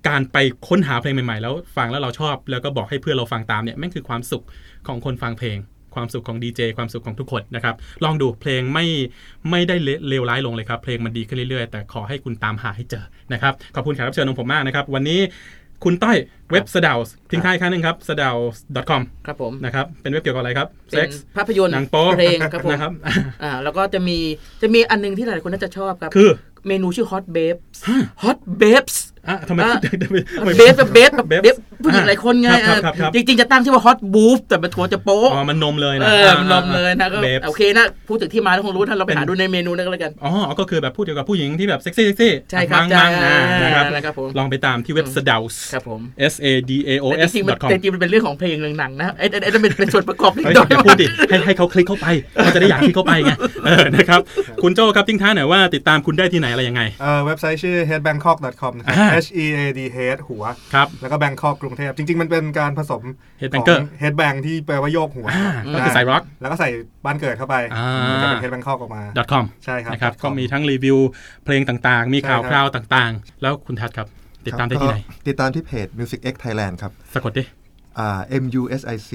[SPEAKER 2] การไปค้นหาเพลงใหม่ๆ แล้วฟังแล้วเราชอบ แล้วก็บอกให้เพื่อนเราฟังตามเนี่ยแม่งคือความสุขของคนฟังเพลง ความสุขของดีเจความสุขของทุกคนนะครับ ลองดูเพลงไม่ไม่ได้เลเลวร้ายลงเลยครับ เพลงมันดีขึ้นเรื่อยๆ แต่ขอให้คุณตามหาให้เจอนะครับ ขอบคุณแขกรับเชิญของผมมากนะครับ วันนี้คุณต้อยเว็บสดาวทิ้งท้ายอีกครั้งหนึงครับสดาว .com
[SPEAKER 4] ครับผม
[SPEAKER 2] นะครับเป็นเว็บเกี่ยวกับอะไรครับ
[SPEAKER 4] เป็
[SPEAKER 2] เซ็
[SPEAKER 4] น
[SPEAKER 2] กซ์
[SPEAKER 4] ภาพยนตร์
[SPEAKER 2] หนังโป๊
[SPEAKER 4] เพลงครับผม
[SPEAKER 2] นะครับ
[SPEAKER 4] อ่าแล้วก็จะมีจะมีอันหนึงที่หลายๆคนน่าจะชอบครับ
[SPEAKER 2] คือ
[SPEAKER 4] เมนูชื่อ hot babes hot babes
[SPEAKER 2] อ่ะทำไม
[SPEAKER 4] อ่ะ
[SPEAKER 2] ทำไม
[SPEAKER 4] เบฟแบบเบฟแบบ
[SPEAKER 2] เบฟ
[SPEAKER 4] เบฟผู้หญิงหลายคนไง
[SPEAKER 2] อ่า
[SPEAKER 4] เออ
[SPEAKER 2] ครับครับครับ
[SPEAKER 4] จริงๆจะตั้งชื่อว่า hot boob แต่มันทัวจะโป๊ะ
[SPEAKER 2] อ๋อมันนมเลยนะ
[SPEAKER 4] เออมันลองเลยนะก็
[SPEAKER 2] เว็บ
[SPEAKER 4] โอเคนะพูดถึงที่มาแล้วคงรู้ท่านเราไป
[SPEAKER 2] เป็น
[SPEAKER 4] หาดูในเมนูนั่นก็แล้วกัน
[SPEAKER 2] อ๋อ ก็คือแบบพูดเกี่ยวกับผู้หญิงที่แบบเซ็กซี่เซ็กซี่
[SPEAKER 4] ใช่ครับ
[SPEAKER 2] มัง
[SPEAKER 4] ใช่
[SPEAKER 2] ๆอ่านะครับ
[SPEAKER 4] นะครับผม
[SPEAKER 2] ลองไปตามที่เว็บสดาว
[SPEAKER 4] ครับผม
[SPEAKER 2] S A D A O
[SPEAKER 4] แต่จ
[SPEAKER 2] S
[SPEAKER 4] ริงๆมัน
[SPEAKER 2] com
[SPEAKER 4] แต่จริงๆมันเป็นเรื่องของเพลงเรื่องหนังนะไอ้ไอ้ไอ้นั่นเป็นเป็นส่วนประกอบนิด
[SPEAKER 2] เฮ้ย
[SPEAKER 4] หน่อย
[SPEAKER 2] อย่าพูดดิให้ให้เขาคลิกเข้าไปเขาจะได้อยากคลิกเข้าไปไงเออนะครับ คุณโจ้ครับทิ้งท้ายหน่อยว่าติดตามคุณได้ที่ไหนอะไรยังไง
[SPEAKER 5] เอ่อเว็บไซต์ชื่อ headbangkok.com นะครับ
[SPEAKER 2] อ่า
[SPEAKER 5] H E A D head หัว
[SPEAKER 2] ครับ
[SPEAKER 5] แล้วก็ Bangkok กรุงเทพจริง ๆ มันเป็นการผสม
[SPEAKER 2] Head
[SPEAKER 5] ของ
[SPEAKER 2] Banker
[SPEAKER 5] headbang ที่แปลว่าโยกหัว
[SPEAKER 2] อ่าก็คือสายร็อก
[SPEAKER 5] แล้วก็ใส่บ้านเกิดเข้าไป
[SPEAKER 2] อ่ามั
[SPEAKER 5] นจะเป็น headbangkok ออกมา
[SPEAKER 2] .com
[SPEAKER 5] ใช่ครับ
[SPEAKER 2] นะครับ
[SPEAKER 5] .com
[SPEAKER 2] ก็มีทั้งรีวิวเพลงต่างๆ มีข่าวค
[SPEAKER 5] ใช่ครับ
[SPEAKER 2] ราวต่างๆ แล้วคุณทัศน์ครับ ติดตามได้ที่ไหน
[SPEAKER 3] ติดตามที่เพจ Music X Thailand ครับ
[SPEAKER 2] สะกดดิ
[SPEAKER 3] อ่า M U S I C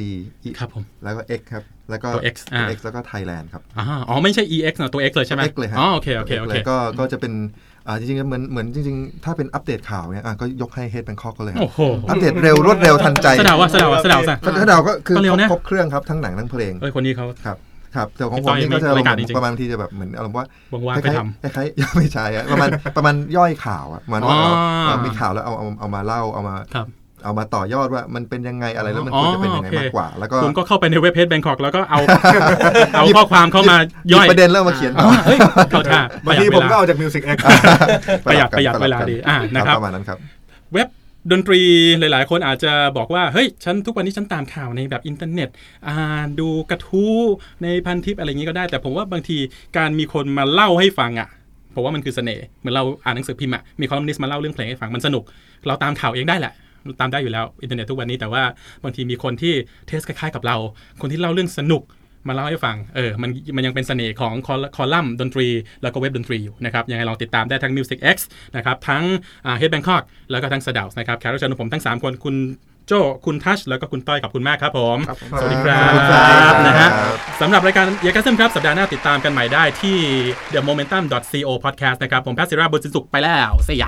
[SPEAKER 3] E
[SPEAKER 2] ครับผม
[SPEAKER 3] แล้วก็ X ครับ แล้วก็
[SPEAKER 2] ตัว X อ่า
[SPEAKER 3] ตัว X แล้วก็ Thailand ครับ
[SPEAKER 2] อ่าอ๋อ ไม่ใช่ ex นะตัว x เลยใช่ไหม
[SPEAKER 3] X เลยฮะ
[SPEAKER 2] อ๋อโอเคโอเค
[SPEAKER 3] ตัว
[SPEAKER 2] โอ
[SPEAKER 3] X
[SPEAKER 2] เค
[SPEAKER 3] ลยก็ก็จะเป็นอ่าจริงๆเหมือนเหมือนจริงๆ ถ้าเป็นอัปเดตข่าวเนี่ยอ่ะก็ยกให้ Head Bangkok ก็เลยครับ
[SPEAKER 2] โอ้โห
[SPEAKER 3] อัปเดตเร็วรวดเร็วทันใจ
[SPEAKER 2] สะเดาวอะสะเดาวอะสะเดาวซะ
[SPEAKER 3] ถ้าเดาก็คือ
[SPEAKER 2] ก็เร็วนะ
[SPEAKER 3] ครบเครื่องครับทั้งหนังทั้งเพลง
[SPEAKER 2] เอ้ยคนนี้เขา
[SPEAKER 3] ครับ ครับ แต่ของ
[SPEAKER 2] พี่
[SPEAKER 3] ผ
[SPEAKER 2] ต้อ
[SPEAKER 3] ม
[SPEAKER 2] ย
[SPEAKER 3] นี่ก็จะ
[SPEAKER 2] ไม่
[SPEAKER 3] อารม
[SPEAKER 2] ไม่กล้า
[SPEAKER 3] ณ์เหมือ
[SPEAKER 2] จ
[SPEAKER 3] น
[SPEAKER 2] ริงๆ
[SPEAKER 3] ประมาณบางทีจะแบบเหมือนอารมณ์ว่า
[SPEAKER 2] ว่างๆ
[SPEAKER 3] คล้
[SPEAKER 2] ไป
[SPEAKER 3] ยๆคล้ายๆ ไม่ใช่อะประมาณ ประมาณย่อยข่าวอะเหมือนว่า
[SPEAKER 2] อ๋อ
[SPEAKER 3] เอาเอามีข่าวแล้วเอาเอาเอามาเล่าเอามา
[SPEAKER 2] ครับ
[SPEAKER 3] เอามาต่อยอดว่ามันเป็นยังไงอะไรแล้วมัน
[SPEAKER 2] อ๋อ
[SPEAKER 3] ควรจะเป็นยังไง
[SPEAKER 2] โอเค
[SPEAKER 3] มากกว่า แล้วก็
[SPEAKER 2] คุณก็เข้าไปในเว็บเพจแบงคอกแล้วก็เอา เอาข้อความเข้ามา
[SPEAKER 3] ห
[SPEAKER 2] ย่อย
[SPEAKER 3] บประเด็นแล้วมาเขียน
[SPEAKER 2] อ๋อเฮ้ยเข้าท่า
[SPEAKER 5] บา
[SPEAKER 2] ป
[SPEAKER 5] ง
[SPEAKER 2] ระหยัด
[SPEAKER 5] ที
[SPEAKER 2] เว
[SPEAKER 5] ผม
[SPEAKER 2] ลา
[SPEAKER 5] ก็เอาจาก music x
[SPEAKER 2] ประหยัดประหยัด
[SPEAKER 3] กัน
[SPEAKER 2] เวลาดี
[SPEAKER 3] กัน
[SPEAKER 2] อ่ะนะครับ
[SPEAKER 3] ประมาณนั้นครับ
[SPEAKER 2] เว็บดนตรีหลาย ๆ คนอาจจะบอกว่า เฮ้ย ฉันทุกวันนี้ฉันตามข่าวในแบบอินเทอร์เน็ต อ่านดูกระทู้ในพันทิปอะไรอย่างนี้ก็ได้ แต่ผมว่าบางทีการมีคนมาเล่าให้ฟังอ่ะผมว่ามันคือเสน่ห์เหมือนเราอ่านหนังสือพิมพ์อ่ะมีคอลัมนิสต์มาเล่าเรื่องเพลงให้ฟังมันสนุก เราตามข่าวเองได้แหละ ตามได้อยู่แล้วอินเทอร์เน็ตทุกวันนี้แต่ว่าบางทีมีคนที่เทสคล้าย ๆ กับเรา คนที่เล่าเรื่องสนุก มาเล่าให้ฟัง เออ มัน มันยังเป็นเสน่ห์ของคอลคอลัมน์ดนตรี แล้วก็เว็บดนตรีอยู่นะครับ ยังไงลองติดตามได้ทั้ง Music X นะครับ ทั้งเฮดแบงคอกแล้วก็ทั้งสะดาวนะครับ แขกรับเชิญของผมทั้ง 3 คน คุณโจคุณทัช แล้วก็คุณต้อยขอบคุณมากครับผม สวัสดีครั
[SPEAKER 3] ขอบคุณครับ
[SPEAKER 2] บ นะฮะ
[SPEAKER 3] ครับ
[SPEAKER 2] สำหรับรายการเยกัสซึมครับ สัปดาห์หน้าติดตามกันใหม่ได้ที่ the momentum co podcast นะครับ ผมแพทย์ศิราบุญสินสุขไปแล้วเสีย